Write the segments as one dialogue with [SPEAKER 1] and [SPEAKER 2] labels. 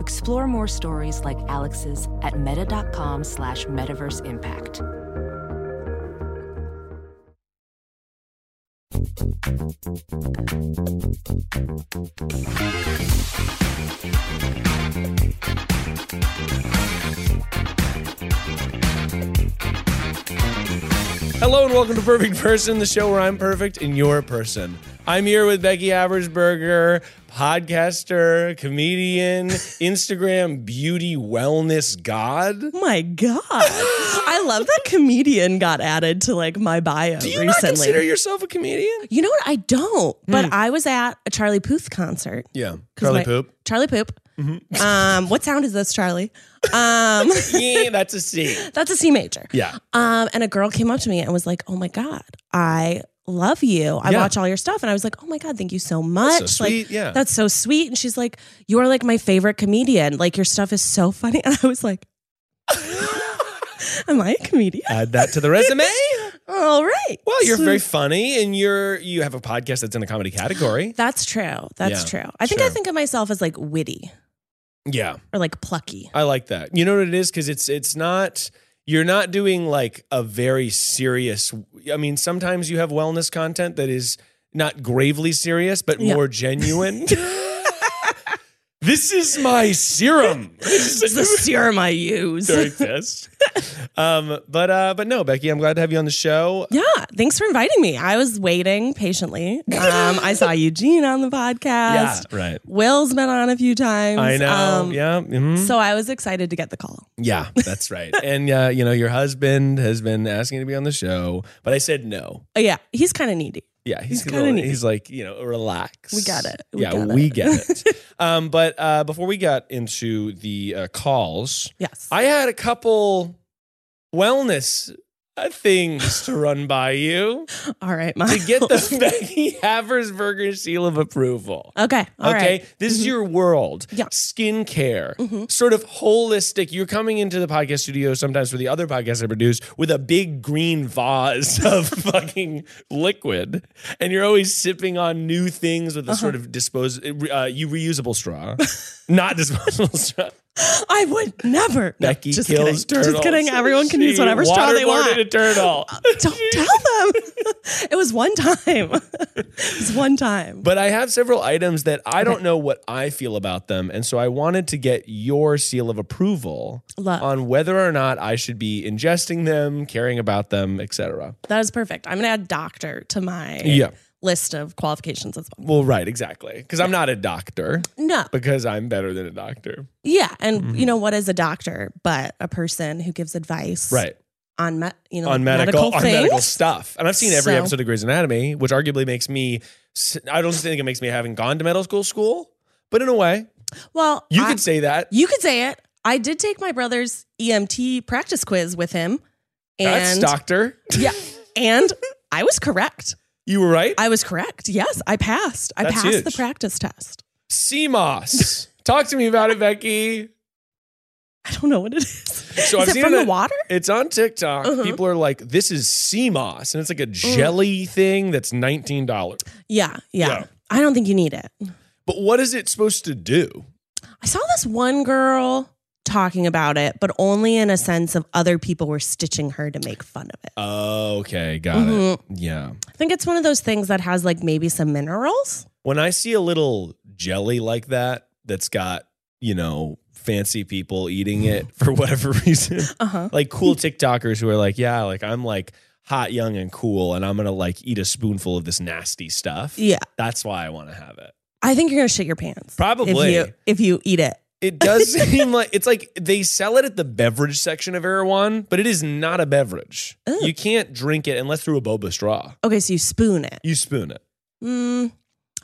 [SPEAKER 1] Explore more stories like Alex's at meta.com slash metaverse impact.
[SPEAKER 2] Hello and welcome to Perfect Person, the show where I'm perfect and you're a person. I'm here with Becky Aversberger, podcaster, comedian, Instagram beauty wellness god.
[SPEAKER 3] Oh my god! I love that comedian got added to like my bio
[SPEAKER 2] Do you
[SPEAKER 3] recently.
[SPEAKER 2] not consider yourself a comedian?
[SPEAKER 3] You know what? I don't. But I was at a Charlie Puth concert.
[SPEAKER 2] Yeah,
[SPEAKER 3] 'Cause
[SPEAKER 2] Charlie
[SPEAKER 3] my-
[SPEAKER 2] Poop. Mm-hmm.
[SPEAKER 3] Charlie Poop. Um, what sound is this, Charlie? Um,
[SPEAKER 2] yeah, that's a C.
[SPEAKER 3] that's a C major.
[SPEAKER 2] Yeah,
[SPEAKER 3] Um, and a girl came up to me and was like, "Oh my god, I love you. I
[SPEAKER 2] Yeah.
[SPEAKER 3] watch all your stuff." And I was like, "Oh my god, thank you so much.
[SPEAKER 2] so sweet,
[SPEAKER 3] Like,
[SPEAKER 2] yeah.
[SPEAKER 3] that's so sweet." And she's like, "You are like my favorite comedian. Like your stuff is so funny." And I was like, "Am I a comedian?
[SPEAKER 2] add that to the resume.
[SPEAKER 3] All right.
[SPEAKER 2] Well, you're
[SPEAKER 3] So-
[SPEAKER 2] very funny, and you're you have a podcast that's in the comedy category.
[SPEAKER 3] That's true. That's
[SPEAKER 2] Yeah,
[SPEAKER 3] true. I think I
[SPEAKER 2] sure.
[SPEAKER 3] think of myself as like witty
[SPEAKER 2] Yeah,
[SPEAKER 3] or like plucky.
[SPEAKER 2] I like that. You know what it is because it's it's not you're not doing like a very serious. I mean, sometimes you have wellness content that is not gravely serious, but
[SPEAKER 3] Yeah.
[SPEAKER 2] more genuine. this is my serum. This
[SPEAKER 3] It's the serum I use.
[SPEAKER 2] Very fast. um, but uh, but no, Becky, I'm glad to have you on the show.
[SPEAKER 3] Yeah, thanks for inviting me. I was waiting patiently. Um, I saw Eugene on the podcast.
[SPEAKER 2] right.
[SPEAKER 3] Will's been on a few times.
[SPEAKER 2] I know.
[SPEAKER 3] Um,
[SPEAKER 2] yeah. mhm.
[SPEAKER 3] So I was excited to get the call.
[SPEAKER 2] Yeah, that's right. and uh, you know, your husband has been asking to be on the show, but I said no.
[SPEAKER 3] Oh, yeah, he's kind of needy.
[SPEAKER 2] Yeah, he's
[SPEAKER 3] He's
[SPEAKER 2] a little-
[SPEAKER 3] kinda neat.
[SPEAKER 2] he's like you know, relax.
[SPEAKER 3] We got it. We
[SPEAKER 2] yeah,
[SPEAKER 3] got
[SPEAKER 2] we
[SPEAKER 3] it.
[SPEAKER 2] get it. um, but uh, before we got into the uh, calls,
[SPEAKER 3] Yes.
[SPEAKER 2] I had a couple wellness uh, things to run by you
[SPEAKER 3] All right,
[SPEAKER 2] to
[SPEAKER 3] Mike.
[SPEAKER 2] get the Becky Haversberger seal of approval.
[SPEAKER 3] Okay. All right. Mm-hmm.
[SPEAKER 2] okay, this is your world.
[SPEAKER 3] Yeah. Mm-hmm.
[SPEAKER 2] Skincare, sort of holistic. You're coming into the podcast studio sometimes for the other podcasts I produce with a big green vase of fucking liquid, and you're always sipping on new things
[SPEAKER 3] Uh-huh.
[SPEAKER 2] with a sort of dispose, uh, you reusable straw, not disposable straw.
[SPEAKER 3] I would never. No,
[SPEAKER 2] Becky
[SPEAKER 3] just
[SPEAKER 2] kills
[SPEAKER 3] kidding.
[SPEAKER 2] turtles.
[SPEAKER 3] Just kidding. Everyone can use
[SPEAKER 2] She
[SPEAKER 3] whatever straw they
[SPEAKER 2] waterboarded
[SPEAKER 3] want. Uh,
[SPEAKER 2] A turtle.
[SPEAKER 3] Don't tell them. it was one time. it was one time.
[SPEAKER 2] But I have several items that I don't know what I feel about them. And so I wanted to get your seal of approval
[SPEAKER 3] Love.
[SPEAKER 2] on whether or not I should be ingesting them, caring about them, etc.
[SPEAKER 3] That is perfect. I'm gonna add doctor to my
[SPEAKER 2] Yeah.
[SPEAKER 3] list of qualifications as well.
[SPEAKER 2] Well, right, exactly. Because I'm not a doctor,
[SPEAKER 3] No.
[SPEAKER 2] because I'm better than a doctor.
[SPEAKER 3] Yeah. And
[SPEAKER 2] Mm-hmm.
[SPEAKER 3] you know what is a doctor but a person who gives advice
[SPEAKER 2] Right.
[SPEAKER 3] on me- you know
[SPEAKER 2] on
[SPEAKER 3] like
[SPEAKER 2] medical, on
[SPEAKER 3] things.
[SPEAKER 2] medical stuff. And I've seen every
[SPEAKER 3] So-
[SPEAKER 2] episode of Grey's Anatomy, which arguably makes me s- I don't think it makes me having gone to medical school, but in a way,
[SPEAKER 3] Well,
[SPEAKER 2] you
[SPEAKER 3] I-
[SPEAKER 2] could say that.
[SPEAKER 3] you could say it. I did take my brother's EMT practice quiz with him. And
[SPEAKER 2] That's doctor.
[SPEAKER 3] yeah. And I was correct.
[SPEAKER 2] You were right.
[SPEAKER 3] I was correct. Yes, I passed. I
[SPEAKER 2] That's
[SPEAKER 3] passed the
[SPEAKER 2] huge.
[SPEAKER 3] practice test.
[SPEAKER 2] CMOS. Talk to me about it, Becky.
[SPEAKER 3] I don't know what it is.
[SPEAKER 2] So I've
[SPEAKER 3] is it
[SPEAKER 2] seen
[SPEAKER 3] from
[SPEAKER 2] it
[SPEAKER 3] the
[SPEAKER 2] at-
[SPEAKER 3] water?
[SPEAKER 2] It's on TikTok.
[SPEAKER 3] Uh-huh. Mm.
[SPEAKER 2] People are like, this is CMOS. And it's like a jelly thing that's $19.
[SPEAKER 3] Yeah, yeah.
[SPEAKER 2] Yeah.
[SPEAKER 3] I don't think you need it.
[SPEAKER 2] But what is it supposed to do?
[SPEAKER 3] I saw this one girl talking about it, but only in a sense of other people were stitching her to make fun of it. Mm-hmm.
[SPEAKER 2] Oh, okay. Got it. Yeah.
[SPEAKER 3] I think it's one of those things that has like maybe some minerals.
[SPEAKER 2] When I see a little jelly like that, that's got you know, fancy people eating it for whatever reason.
[SPEAKER 3] Uh-huh.
[SPEAKER 2] like cool TikTokers who are like, yeah, like I'm like hot, young, and cool, and I'm gonna like eat a spoonful of this nasty stuff.
[SPEAKER 3] Yeah.
[SPEAKER 2] That's why I want to have it.
[SPEAKER 3] I think you're gonna shit your pants.
[SPEAKER 2] Probably.
[SPEAKER 3] If you if you eat it.
[SPEAKER 2] It does seem like it's like they sell it at the beverage section of Erewhon, but it is not a beverage.
[SPEAKER 3] Oh.
[SPEAKER 2] You can't drink it unless through a boba straw.
[SPEAKER 3] Okay, so you spoon it.
[SPEAKER 2] You spoon it.
[SPEAKER 3] Mm,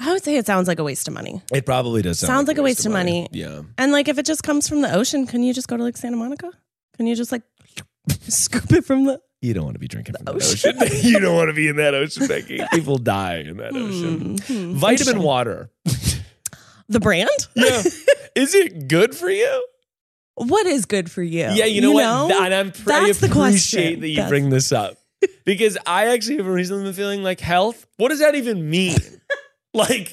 [SPEAKER 3] I would say it sounds like a waste of money.
[SPEAKER 2] It probably does sound
[SPEAKER 3] Sounds like a waste of money.
[SPEAKER 2] Yeah.
[SPEAKER 3] And like if it just comes from the ocean, can you just go to like Santa Monica? Can you just like scoop it from the
[SPEAKER 2] You don't want to be drinking from that
[SPEAKER 3] ocean.
[SPEAKER 2] ocean. you don't want to be in that ocean, Becky. People die in that ocean.
[SPEAKER 3] Mhm.
[SPEAKER 2] Vitamin water.
[SPEAKER 3] the brand?
[SPEAKER 2] Yeah. Is it good for you?
[SPEAKER 3] What is good for you?
[SPEAKER 2] Yeah, you know what? Th- and I'm pr- I
[SPEAKER 3] That's the
[SPEAKER 2] appreciate
[SPEAKER 3] question.
[SPEAKER 2] that you
[SPEAKER 3] That's-
[SPEAKER 2] bring this up because I actually have a reason been feeling like health. What does that even mean? like,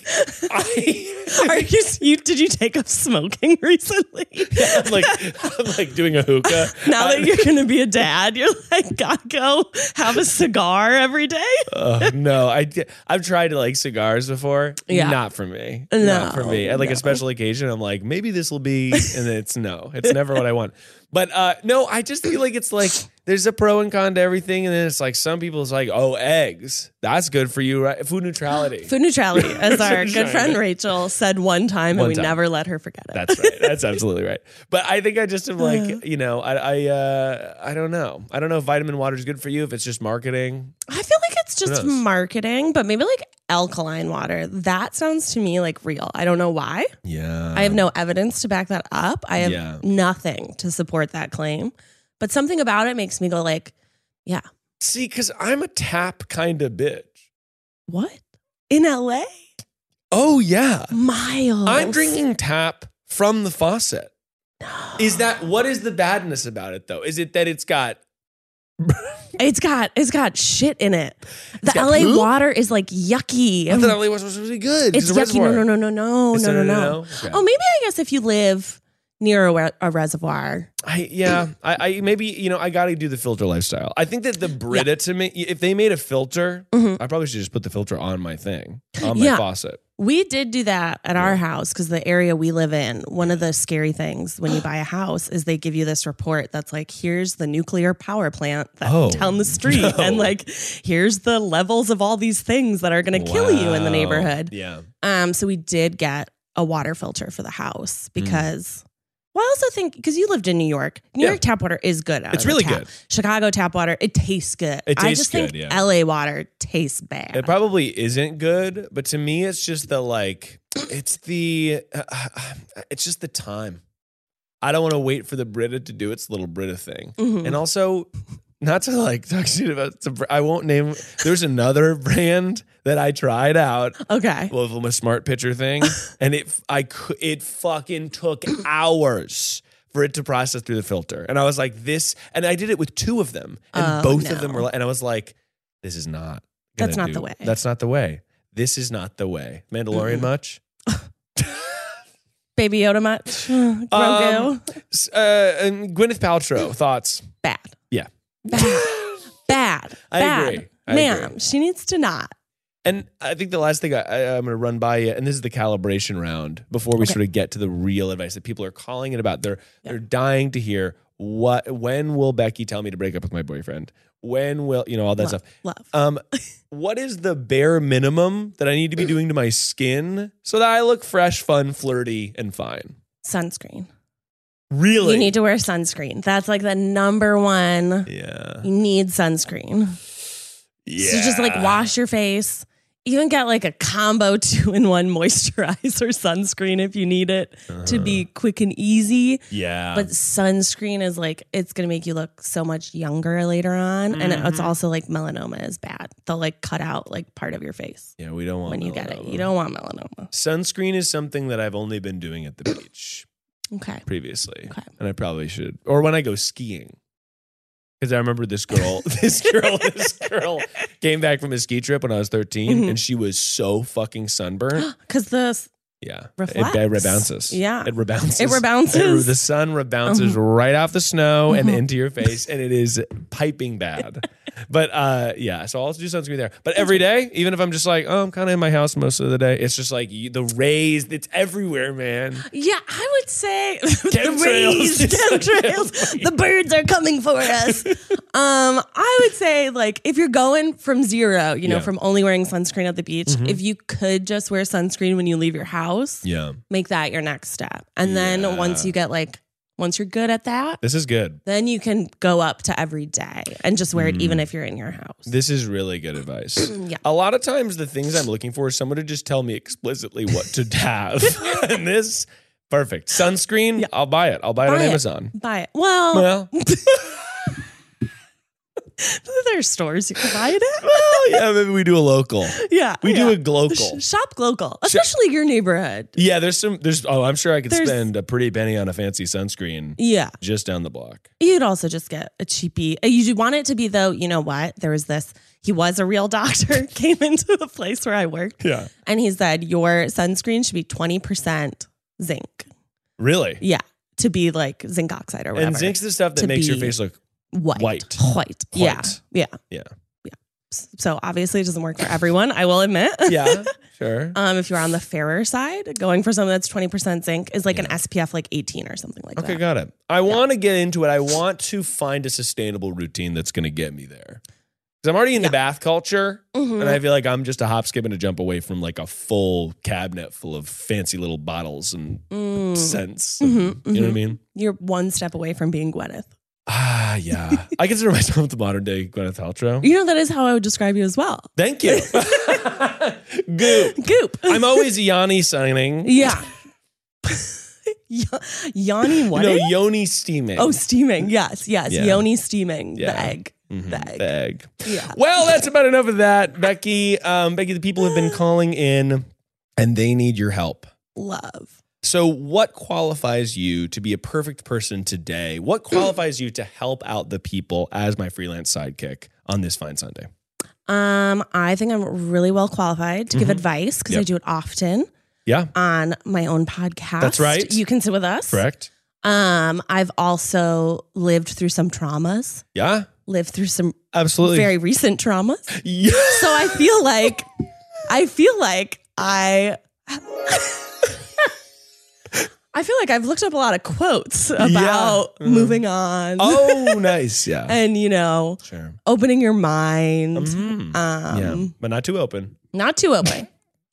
[SPEAKER 2] I,
[SPEAKER 3] Are you, you did you take up smoking recently?
[SPEAKER 2] I'm like, I'm like doing a hookah.
[SPEAKER 3] Now that
[SPEAKER 2] I'm-
[SPEAKER 3] you're gonna be a dad, you're like, gotta go have a cigar every day.
[SPEAKER 2] Ugh, uh, no, I I've tried like cigars before.
[SPEAKER 3] Yeah.
[SPEAKER 2] not for me.
[SPEAKER 3] No,
[SPEAKER 2] not for me. At like
[SPEAKER 3] no.
[SPEAKER 2] a special occasion, I'm like, maybe this will be, and it's no, it's never what I want. But uh, no, I just feel like it's like there's a pro and con to everything, and then it's like some people's like, oh, eggs, that's good for you, right? Food neutrality.
[SPEAKER 3] Food neutrality, as our
[SPEAKER 2] Shiny.
[SPEAKER 3] good friend Rachel said one time,
[SPEAKER 2] One
[SPEAKER 3] and we
[SPEAKER 2] time.
[SPEAKER 3] never let her forget it.
[SPEAKER 2] That's right. That's absolutely right. But I think I just am
[SPEAKER 3] Uh-huh.
[SPEAKER 2] like, you know, I I uh, I don't know. I don't know if vitamin water is good for you. If it's just marketing,
[SPEAKER 3] I feel like it's just
[SPEAKER 2] knows?
[SPEAKER 3] marketing, but maybe like alkaline water. That sounds to me like real. I don't know why.
[SPEAKER 2] yeah.
[SPEAKER 3] I have no evidence to back that up. I have
[SPEAKER 2] Uh-huh. Yeah.
[SPEAKER 3] nothing to support that claim. But something about it makes me go like, yeah,
[SPEAKER 2] see because I'm a tap kind of bitch.
[SPEAKER 3] what? In LA?
[SPEAKER 2] Oh yeah.
[SPEAKER 3] Miles.
[SPEAKER 2] I'm drinking tap from the faucet. Is that what is the badness about it though? Is it that it's got
[SPEAKER 3] It's got it's got shit in it. The
[SPEAKER 2] got
[SPEAKER 3] LA
[SPEAKER 2] poop?
[SPEAKER 3] water is like yucky.
[SPEAKER 2] I thought LA was supposed to be good?
[SPEAKER 3] It's yucky. No, no, no, no, no, no, no, no.
[SPEAKER 2] Okay.
[SPEAKER 3] Oh, maybe I guess if you live near a, re- a reservoir,
[SPEAKER 2] I, yeah, I, I maybe you know I got to do the filter lifestyle. I think that the Brita to me, if they made a filter,
[SPEAKER 3] Mhm.
[SPEAKER 2] I probably should just put the filter on my thing, on my
[SPEAKER 3] Yeah.
[SPEAKER 2] faucet.
[SPEAKER 3] We did do that at our house because the area we live in, one of the scary things when you buy a house is they give you this report that's like, here's the nuclear power plant that
[SPEAKER 2] Oh,
[SPEAKER 3] down the street.
[SPEAKER 2] no.
[SPEAKER 3] And like, here's the levels of all these things that are going to kill you in the
[SPEAKER 2] Wow.
[SPEAKER 3] neighborhood.
[SPEAKER 2] Yeah,
[SPEAKER 3] Um, so we did get a water filter for the
[SPEAKER 2] Mm.
[SPEAKER 3] house because well, I also think because you lived in New York, New
[SPEAKER 2] Yeah.
[SPEAKER 3] York tap water is good. out
[SPEAKER 2] It's
[SPEAKER 3] of the
[SPEAKER 2] really
[SPEAKER 3] tap.
[SPEAKER 2] good.
[SPEAKER 3] Chicago tap water, it tastes good.
[SPEAKER 2] It
[SPEAKER 3] I
[SPEAKER 2] tastes
[SPEAKER 3] just
[SPEAKER 2] good,
[SPEAKER 3] think
[SPEAKER 2] yeah.
[SPEAKER 3] LA water tastes bad.
[SPEAKER 2] it probably isn't good, but to me, it's just the like, it's the, it's just the time. I don't want to wait for the Brita to do its little Brita thing.
[SPEAKER 3] Mhm.
[SPEAKER 2] And also, not to like talk shit about, some br- I won't name, there's another brand that I tried out
[SPEAKER 3] okay.
[SPEAKER 2] well, from a smart pitcher thing, and it I cou- it fucking took hours for it to process through the filter, and I was like, this, and I did it with two of them, and
[SPEAKER 3] Oh,
[SPEAKER 2] both of
[SPEAKER 3] no.
[SPEAKER 2] them were, like, and I was like, this is not. gonna
[SPEAKER 3] That's not the
[SPEAKER 2] do-
[SPEAKER 3] way.
[SPEAKER 2] That's not the way. This is not the way. Mandalorian
[SPEAKER 3] Mm-mm.
[SPEAKER 2] much?
[SPEAKER 3] Baby Yoda much? Grogu?
[SPEAKER 2] Um, S- Uh, and Gwyneth Paltrow thoughts.
[SPEAKER 3] bad.
[SPEAKER 2] Yeah.
[SPEAKER 3] Bad. bad.
[SPEAKER 2] I
[SPEAKER 3] bad.
[SPEAKER 2] agree. I
[SPEAKER 3] Ma'am,
[SPEAKER 2] agree.
[SPEAKER 3] she needs to not.
[SPEAKER 2] And I think the last thing I, I, I'm going to run by you, and this is the calibration round before we
[SPEAKER 3] Okay.
[SPEAKER 2] sort of get to the real advice that people are calling it about. They're
[SPEAKER 3] Yeah.
[SPEAKER 2] they're dying to hear what when will Becky tell me to break up with my boyfriend? When will you know all that
[SPEAKER 3] love,
[SPEAKER 2] stuff?
[SPEAKER 3] Love.
[SPEAKER 2] Um, what is the bare minimum that I need to be doing to my skin so that I look fresh, fun, flirty, and fine?
[SPEAKER 3] sunscreen.
[SPEAKER 2] Really?
[SPEAKER 3] You need to wear sunscreen. That's like the number one.
[SPEAKER 2] Yeah.
[SPEAKER 3] You need sunscreen.
[SPEAKER 2] Yeah.
[SPEAKER 3] So just like wash your face. Even get like a combo two in one moisturizer sunscreen if you need it to
[SPEAKER 2] Uh-huh.
[SPEAKER 3] be quick and easy.
[SPEAKER 2] Yeah.
[SPEAKER 3] But sunscreen is like it's gonna make you look so much younger later on, and it's
[SPEAKER 2] Mm-hmm.
[SPEAKER 3] also like melanoma is bad. They'll like cut out like part of your face
[SPEAKER 2] yeah, we don't want
[SPEAKER 3] when you get it.
[SPEAKER 2] melanoma.
[SPEAKER 3] You don't want melanoma.
[SPEAKER 2] Sunscreen is something that I've only been doing at the beach.
[SPEAKER 3] Okay.
[SPEAKER 2] previously,
[SPEAKER 3] Okay.
[SPEAKER 2] and I probably should. Or when I go skiing, because I remember this girl, this girl, this girl came back from a ski trip when I was 13,
[SPEAKER 3] Mhm.
[SPEAKER 2] and she was so fucking sunburned.
[SPEAKER 3] Because the
[SPEAKER 2] Yeah, It,
[SPEAKER 3] Reflects.
[SPEAKER 2] it rebounces.
[SPEAKER 3] Yeah.
[SPEAKER 2] it rebounces.
[SPEAKER 3] It Mm-hmm. rebounces.
[SPEAKER 2] the
[SPEAKER 3] Mm-hmm.
[SPEAKER 2] sun rebounces right off the snow and into your face, and it is piping bad. But uh, yeah, so I'll do sunscreen there. But every day, even if I'm just like, oh, I'm kind of in my house most of the day, it's just like you, the rays. It's everywhere, man.
[SPEAKER 3] Yeah, I would say the
[SPEAKER 2] Chemtrails.
[SPEAKER 3] rays, chemtrails, the birds are coming for us. um, I would say like if you're going from zero, you know,
[SPEAKER 2] Yeah. Mm-hmm.
[SPEAKER 3] from only wearing sunscreen at the beach, if you could just wear sunscreen when you leave your house,
[SPEAKER 2] Yeah,
[SPEAKER 3] make that your next step. And then once you get like once you're good at that,
[SPEAKER 2] this is good.
[SPEAKER 3] then you can go up to every day and just wear it even if you're in your house.
[SPEAKER 2] Mm. This is really good advice.
[SPEAKER 3] Yeah.
[SPEAKER 2] A lot of times, the things I'm looking for is someone to just tell me explicitly what to have. and this, perfect. Sunscreen, I'll buy it. I'll buy it on
[SPEAKER 3] Buy it. Oh.
[SPEAKER 2] Amazon.
[SPEAKER 3] Buy it. Well,
[SPEAKER 2] Well,
[SPEAKER 3] there are stores you can buy it at.
[SPEAKER 2] well, yeah, maybe we do a local.
[SPEAKER 3] yeah.
[SPEAKER 2] We do
[SPEAKER 3] yeah.
[SPEAKER 2] a local.
[SPEAKER 3] Sh- Shop local, especially your neighborhood.
[SPEAKER 2] Yeah, there's some. There's. Oh, I'm sure I could
[SPEAKER 3] There's-
[SPEAKER 2] spend a pretty penny on a fancy sunscreen
[SPEAKER 3] Yeah.
[SPEAKER 2] just down the block.
[SPEAKER 3] You'd also just get a cheapie. uh, You want it to be though, you know what? There was this, he was a real doctor, came into the place where I worked,
[SPEAKER 2] Yeah.
[SPEAKER 3] and he said, Your sunscreen should be 20% zinc.
[SPEAKER 2] Really.
[SPEAKER 3] Yeah. To be like zinc oxide or whatever.
[SPEAKER 2] And zinc's the stuff that
[SPEAKER 3] To
[SPEAKER 2] makes your
[SPEAKER 3] be-
[SPEAKER 2] face look.
[SPEAKER 3] white.
[SPEAKER 2] White.
[SPEAKER 3] White. Yeah.
[SPEAKER 2] White.
[SPEAKER 3] Yeah.
[SPEAKER 2] Yeah.
[SPEAKER 3] S- So obviously it doesn't work for everyone, I will admit.
[SPEAKER 2] Yeah. sure.
[SPEAKER 3] Um, if you're on the fairer side, going for something that's 20% zinc is like an SPF like 18 or something like
[SPEAKER 2] Okay,
[SPEAKER 3] that.
[SPEAKER 2] got it. I want to get into it. I want to find a sustainable routine that's going to get me there. Because I'm already into bath culture,
[SPEAKER 3] Mm-hmm.
[SPEAKER 2] and I feel like I'm just a hop, skip, and a jump away from like a full cabinet full of fancy little bottles and
[SPEAKER 3] Mm.
[SPEAKER 2] scents.
[SPEAKER 3] Mm-hmm,
[SPEAKER 2] and- You know what I mean?
[SPEAKER 3] You're one step away from being Gwyneth.
[SPEAKER 2] Ah, yeah. I consider myself the modern day Gwyneth Paltrow.
[SPEAKER 3] You know, that is how I would describe you as well.
[SPEAKER 2] Thank you. Goop.
[SPEAKER 3] Goop.
[SPEAKER 2] I'm always Yanni signing.
[SPEAKER 3] Yeah. Y- Yanni what?
[SPEAKER 2] no,
[SPEAKER 3] it?
[SPEAKER 2] Yoni steaming.
[SPEAKER 3] oh, steaming. Yes, yes.
[SPEAKER 2] Yeah.
[SPEAKER 3] Yoni steaming. The
[SPEAKER 2] Yeah.
[SPEAKER 3] egg. The egg.
[SPEAKER 2] Mm-hmm. bag.
[SPEAKER 3] Yeah.
[SPEAKER 2] Well, that's about enough of that, Becky. Um, Becky, the people have been calling in and they need your help.
[SPEAKER 3] Love.
[SPEAKER 2] So, what qualifies you to be a perfect person today? What qualifies you to help out the people as my freelance sidekick on this fine Sunday?
[SPEAKER 3] Um, I think I'm really well qualified to give advice because
[SPEAKER 2] Mm-hmm.
[SPEAKER 3] I
[SPEAKER 2] Yep.
[SPEAKER 3] do it often
[SPEAKER 2] Yeah,
[SPEAKER 3] on my own podcast.
[SPEAKER 2] That's right.
[SPEAKER 3] You can sit with us.
[SPEAKER 2] correct.
[SPEAKER 3] Um, I've also lived through some traumas,
[SPEAKER 2] Yeah,
[SPEAKER 3] lived through some
[SPEAKER 2] absolutely.
[SPEAKER 3] very recent traumas.
[SPEAKER 2] yeah.
[SPEAKER 3] So I feel like I feel like I I feel like I've looked up a lot of quotes about
[SPEAKER 2] Mhm.
[SPEAKER 3] moving on
[SPEAKER 2] Oh, nice. Yeah.
[SPEAKER 3] and you know
[SPEAKER 2] Sure.
[SPEAKER 3] opening your mind.
[SPEAKER 2] Mhm.
[SPEAKER 3] Um
[SPEAKER 2] yeah, but not too open.
[SPEAKER 3] not too open.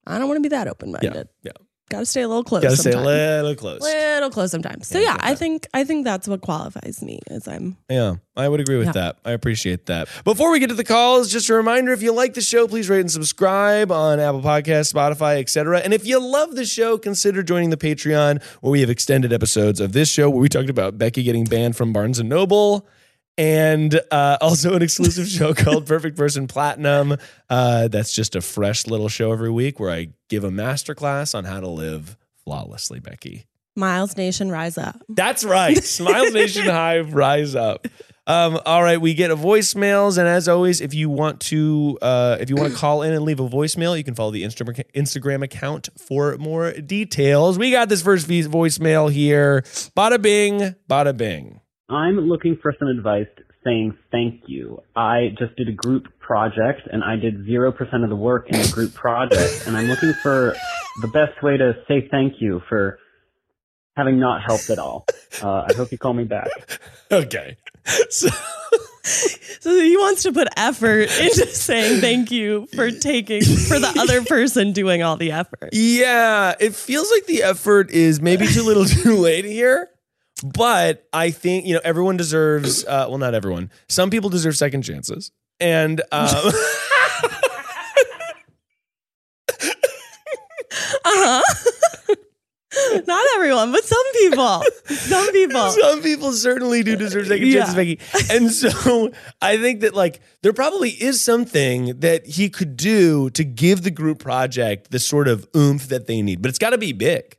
[SPEAKER 3] I don't want to be that open minded.
[SPEAKER 2] Yeah. Yeah.
[SPEAKER 3] Got to stay a little close.
[SPEAKER 2] Gotta stay
[SPEAKER 3] uh, sometimes.
[SPEAKER 2] a little close.
[SPEAKER 3] Little close sometimes. So
[SPEAKER 2] Yeah,
[SPEAKER 3] yeah,
[SPEAKER 2] get
[SPEAKER 3] I
[SPEAKER 2] that.
[SPEAKER 3] think I think that's what qualifies me as I'm
[SPEAKER 2] Yeah, I would agree with
[SPEAKER 3] Yeah.
[SPEAKER 2] that. I appreciate that. Before we get to the calls, just a reminder if you like the show, please rate and subscribe on Apple Podcasts, Spotify, etc. And if you love the show, consider joining the Patreon where we have extended episodes of this show where we talked about Becky getting banned from Barnes and Noble. And uh, also an exclusive show called Perfect Person Platinum. Uh, that's just a fresh little show every week where I give a masterclass on how to live flawlessly, Becky.
[SPEAKER 3] Miles Nation Rise Up.
[SPEAKER 2] That's right. Smiles Nation Hive, rise up. Um, all right, we get a voicemails, and as always, if you want to, uh, if you want to call in and leave a voicemail, you can follow the Insta- Instagram account for more details. We got this first vo- voicemail here. Bada bing, bada bing.
[SPEAKER 4] I'm looking for some advice saying thank you. I just did a group project and I did 0% of the work in the group project and I'm looking for the best way to say thank you for having not helped at all. Uh, I hope you call me back.
[SPEAKER 2] Okay, so
[SPEAKER 3] So he wants to put effort into saying thank you for taking for the other person doing all the effort.
[SPEAKER 2] yeah, it feels like the effort is maybe too little, too late here. But I think you know everyone deserves. Uh, well, not everyone. Some people deserve second chances, and. Um,
[SPEAKER 3] Uh-huh. Not everyone, but some people. Some people.
[SPEAKER 2] Some people certainly do deserve second
[SPEAKER 3] Yeah.
[SPEAKER 2] chances, Becky. And so I think that like there probably is something that he could do to give the group project the sort of oomph that they need, but it's got to be big.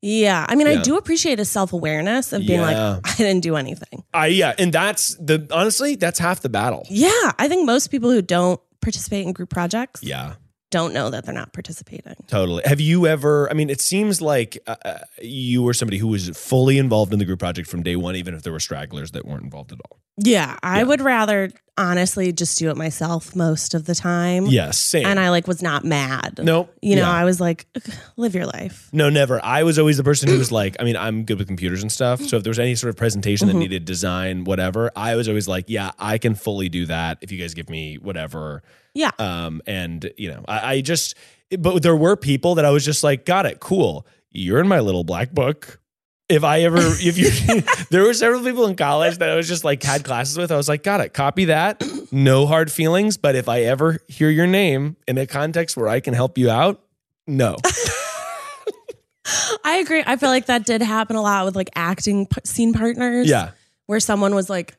[SPEAKER 3] Yeah. I mean,
[SPEAKER 2] Yeah.
[SPEAKER 3] I do appreciate his self-awareness of being
[SPEAKER 2] Yeah.
[SPEAKER 3] like, I didn't do anything.
[SPEAKER 2] I yeah, and that's the honestly that's half the battle.
[SPEAKER 3] Yeah. I think most people who don't participate in group projects
[SPEAKER 2] Yeah,
[SPEAKER 3] don't know that they're not participating.
[SPEAKER 2] totally. Have you ever? I mean, it seems like uh, uh, you were somebody who was fully involved in the group project from day one, even if there were stragglers that weren't involved at all.
[SPEAKER 3] Yeah. I would rather honestly just do it myself most of the time.
[SPEAKER 2] Yes, same.
[SPEAKER 3] And I like was not mad.
[SPEAKER 2] Nope.
[SPEAKER 3] You know,
[SPEAKER 2] Yeah.
[SPEAKER 3] I was like, "Ugh, live your life.
[SPEAKER 2] No, never. I was always the person who was like, I mean, I'm good with computers and stuff. So if there was any sort of presentation that needed design, whatever, I was always like, yeah, I can fully do that if you guys give me whatever.
[SPEAKER 3] Yeah.
[SPEAKER 2] Um, and you know, I, I just, but there were people that I was just like, got it, cool. You're in my little black book. If I ever, if you, there were several people in college that I was just like had classes with. I was like, got it, copy that. No hard feelings. But if I ever hear your name in a context where I can help you out, no.
[SPEAKER 3] I agree. I feel like that did happen a lot with like acting p- scene partners.
[SPEAKER 2] yeah.
[SPEAKER 3] Where someone was like,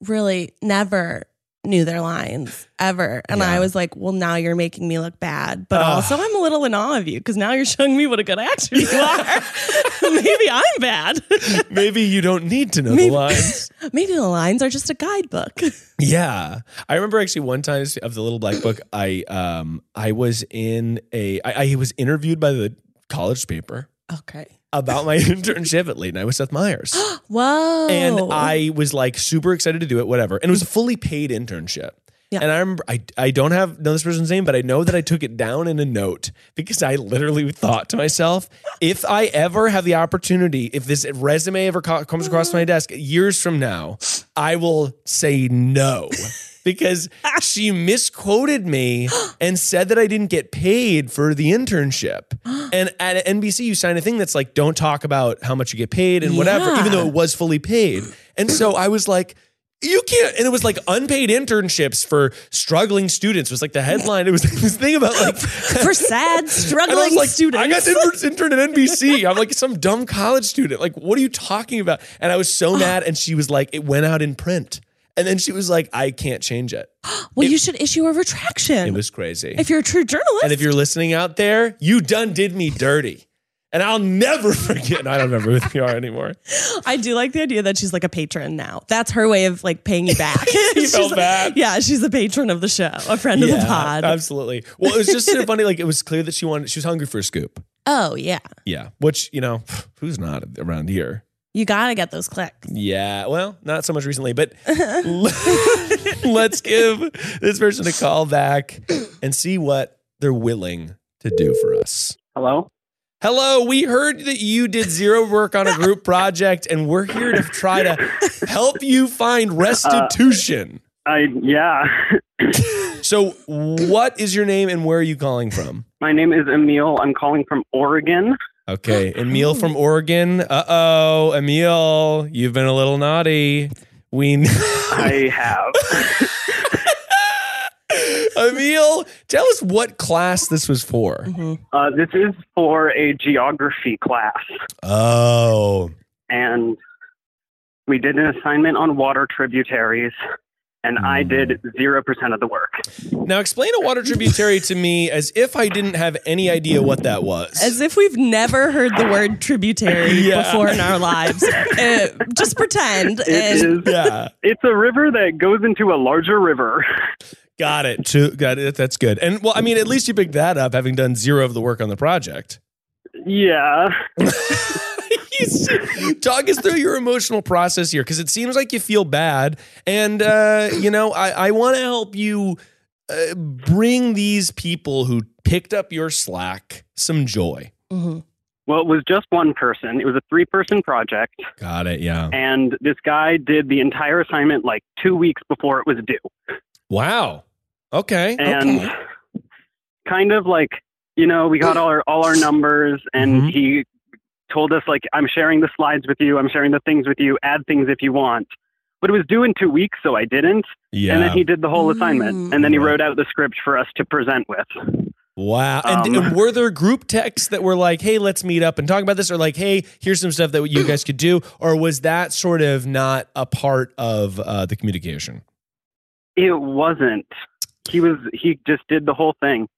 [SPEAKER 3] really never knew their lines ever. And
[SPEAKER 2] Yeah.
[SPEAKER 3] I was like, well, now you're making me look bad. But
[SPEAKER 2] Ugh.
[SPEAKER 3] also, I'm a little in awe of you because now you're showing me what a good actor you are. Maybe I'm bad.
[SPEAKER 2] Maybe you don't need to know
[SPEAKER 3] Maybe-
[SPEAKER 2] the lines.
[SPEAKER 3] Maybe the lines are just a guidebook.
[SPEAKER 2] Yeah, I remember actually one time of the Little Black Book. I um I was in a I, I was interviewed by the college paper
[SPEAKER 3] Okay.
[SPEAKER 2] about my internship at Late Night with Seth Meyers,
[SPEAKER 3] Whoa.
[SPEAKER 2] and I was like super excited to do it. Whatever, and it was a fully paid internship.
[SPEAKER 3] Yeah.
[SPEAKER 2] And I remember I, I don't have know this person's name, but I know that I took it down in a note because I literally thought to myself, if I ever have the opportunity, if this resume ever co- comes across my desk years from now, I will say no because she misquoted me and said that I didn't get paid for the internship. And at NBC, you sign a thing that's like, don't talk about how much you get paid and whatever,
[SPEAKER 3] Yeah.
[SPEAKER 2] even though it was fully paid. And so I was like, you can't. And it was like unpaid internships for struggling students was like the headline. It was this thing about like
[SPEAKER 3] for sad
[SPEAKER 2] and I was
[SPEAKER 3] struggling
[SPEAKER 2] like,
[SPEAKER 3] students.
[SPEAKER 2] I got to intern, intern at NBC. I'm like some dumb college student. Like, what are you talking about? And I was so mad. And she was like, it went out in print. And then she was like, I can't change it.
[SPEAKER 3] well, you should issue a retraction.
[SPEAKER 2] It was crazy.
[SPEAKER 3] if you're a true journalist,
[SPEAKER 2] and if you're listening out there, you done did me dirty. And I'll never forget. No, I don't remember who you are anymore.
[SPEAKER 3] I do like the idea that she's like a patron now. That's her way of like paying you back. she's
[SPEAKER 2] felt
[SPEAKER 3] like-
[SPEAKER 2] bad.
[SPEAKER 3] Yeah, she's a patron of the show, a friend of the pod.
[SPEAKER 2] absolutely. Well, it was just so funny. Like it was clear that she wanted. She was hungry for a scoop.
[SPEAKER 3] oh yeah,
[SPEAKER 2] Yeah, which you know, who's not around here?
[SPEAKER 3] you gotta get those clicks.
[SPEAKER 2] Yeah, well, not so much recently, but l- let's give this person a call back and see what they're willing to do for us.
[SPEAKER 4] Hello?
[SPEAKER 2] Hello, we heard that you did zero work on a group project, and we're here to try to help you find restitution.
[SPEAKER 4] I, yeah.
[SPEAKER 2] So, what is your name and where are you calling from?
[SPEAKER 4] My name is Emil. I'm calling from Oregon.
[SPEAKER 2] Okay, Emil from Oregon. Uh oh, Emil, you've been a little naughty. We.
[SPEAKER 4] I have.
[SPEAKER 2] Emil, tell us what class this was for.
[SPEAKER 4] Uh, this is for a geography class,
[SPEAKER 2] Oh,
[SPEAKER 4] and we did an assignment on water tributaries, and I did 0% of the work.
[SPEAKER 2] now explain a water tributary to me as if I didn't have any idea what that was.
[SPEAKER 3] As if we've never heard the word tributary
[SPEAKER 2] Yeah.
[SPEAKER 3] before in our lives. Uh, just pretend.
[SPEAKER 4] It
[SPEAKER 3] and-
[SPEAKER 4] is.
[SPEAKER 2] yeah,
[SPEAKER 4] It's a river that goes into a larger river.
[SPEAKER 2] got it. Two, got it. That's good. And well, I mean, at least you picked that up, having done zero of the work on the project.
[SPEAKER 4] yeah.
[SPEAKER 2] You see- Talk us through your emotional process here, because it seems like you feel bad, and uh, you know, I, I want to help you uh, bring these people who picked up your slack some joy.
[SPEAKER 3] Mhm.
[SPEAKER 4] Well, it was just one person. It was a three person project,
[SPEAKER 2] Got it. Yeah.
[SPEAKER 4] and this guy did the entire assignment like two weeks before it was due.
[SPEAKER 2] Wow. Okay.
[SPEAKER 4] and
[SPEAKER 2] okay.
[SPEAKER 4] kind of like you know we got all our all our numbers and
[SPEAKER 2] Mhm.
[SPEAKER 4] he told us like i'm sharing the slides with you i'm sharing the things with you add things if you want but it was due in two weeks so i didn't
[SPEAKER 2] Yeah.
[SPEAKER 4] and then he did the whole assignment
[SPEAKER 3] Mm.
[SPEAKER 4] and then he
[SPEAKER 2] Right.
[SPEAKER 4] wrote out the script for us to present with
[SPEAKER 2] wow. And,
[SPEAKER 4] Um,
[SPEAKER 2] and were there group texts that were like, "Hey, let's meet up and talk about this," or like, "Hey, here's some stuff that you guys could do," or was that sort of not a part of uh, the communication?
[SPEAKER 4] it wasn't he was he just did the whole thing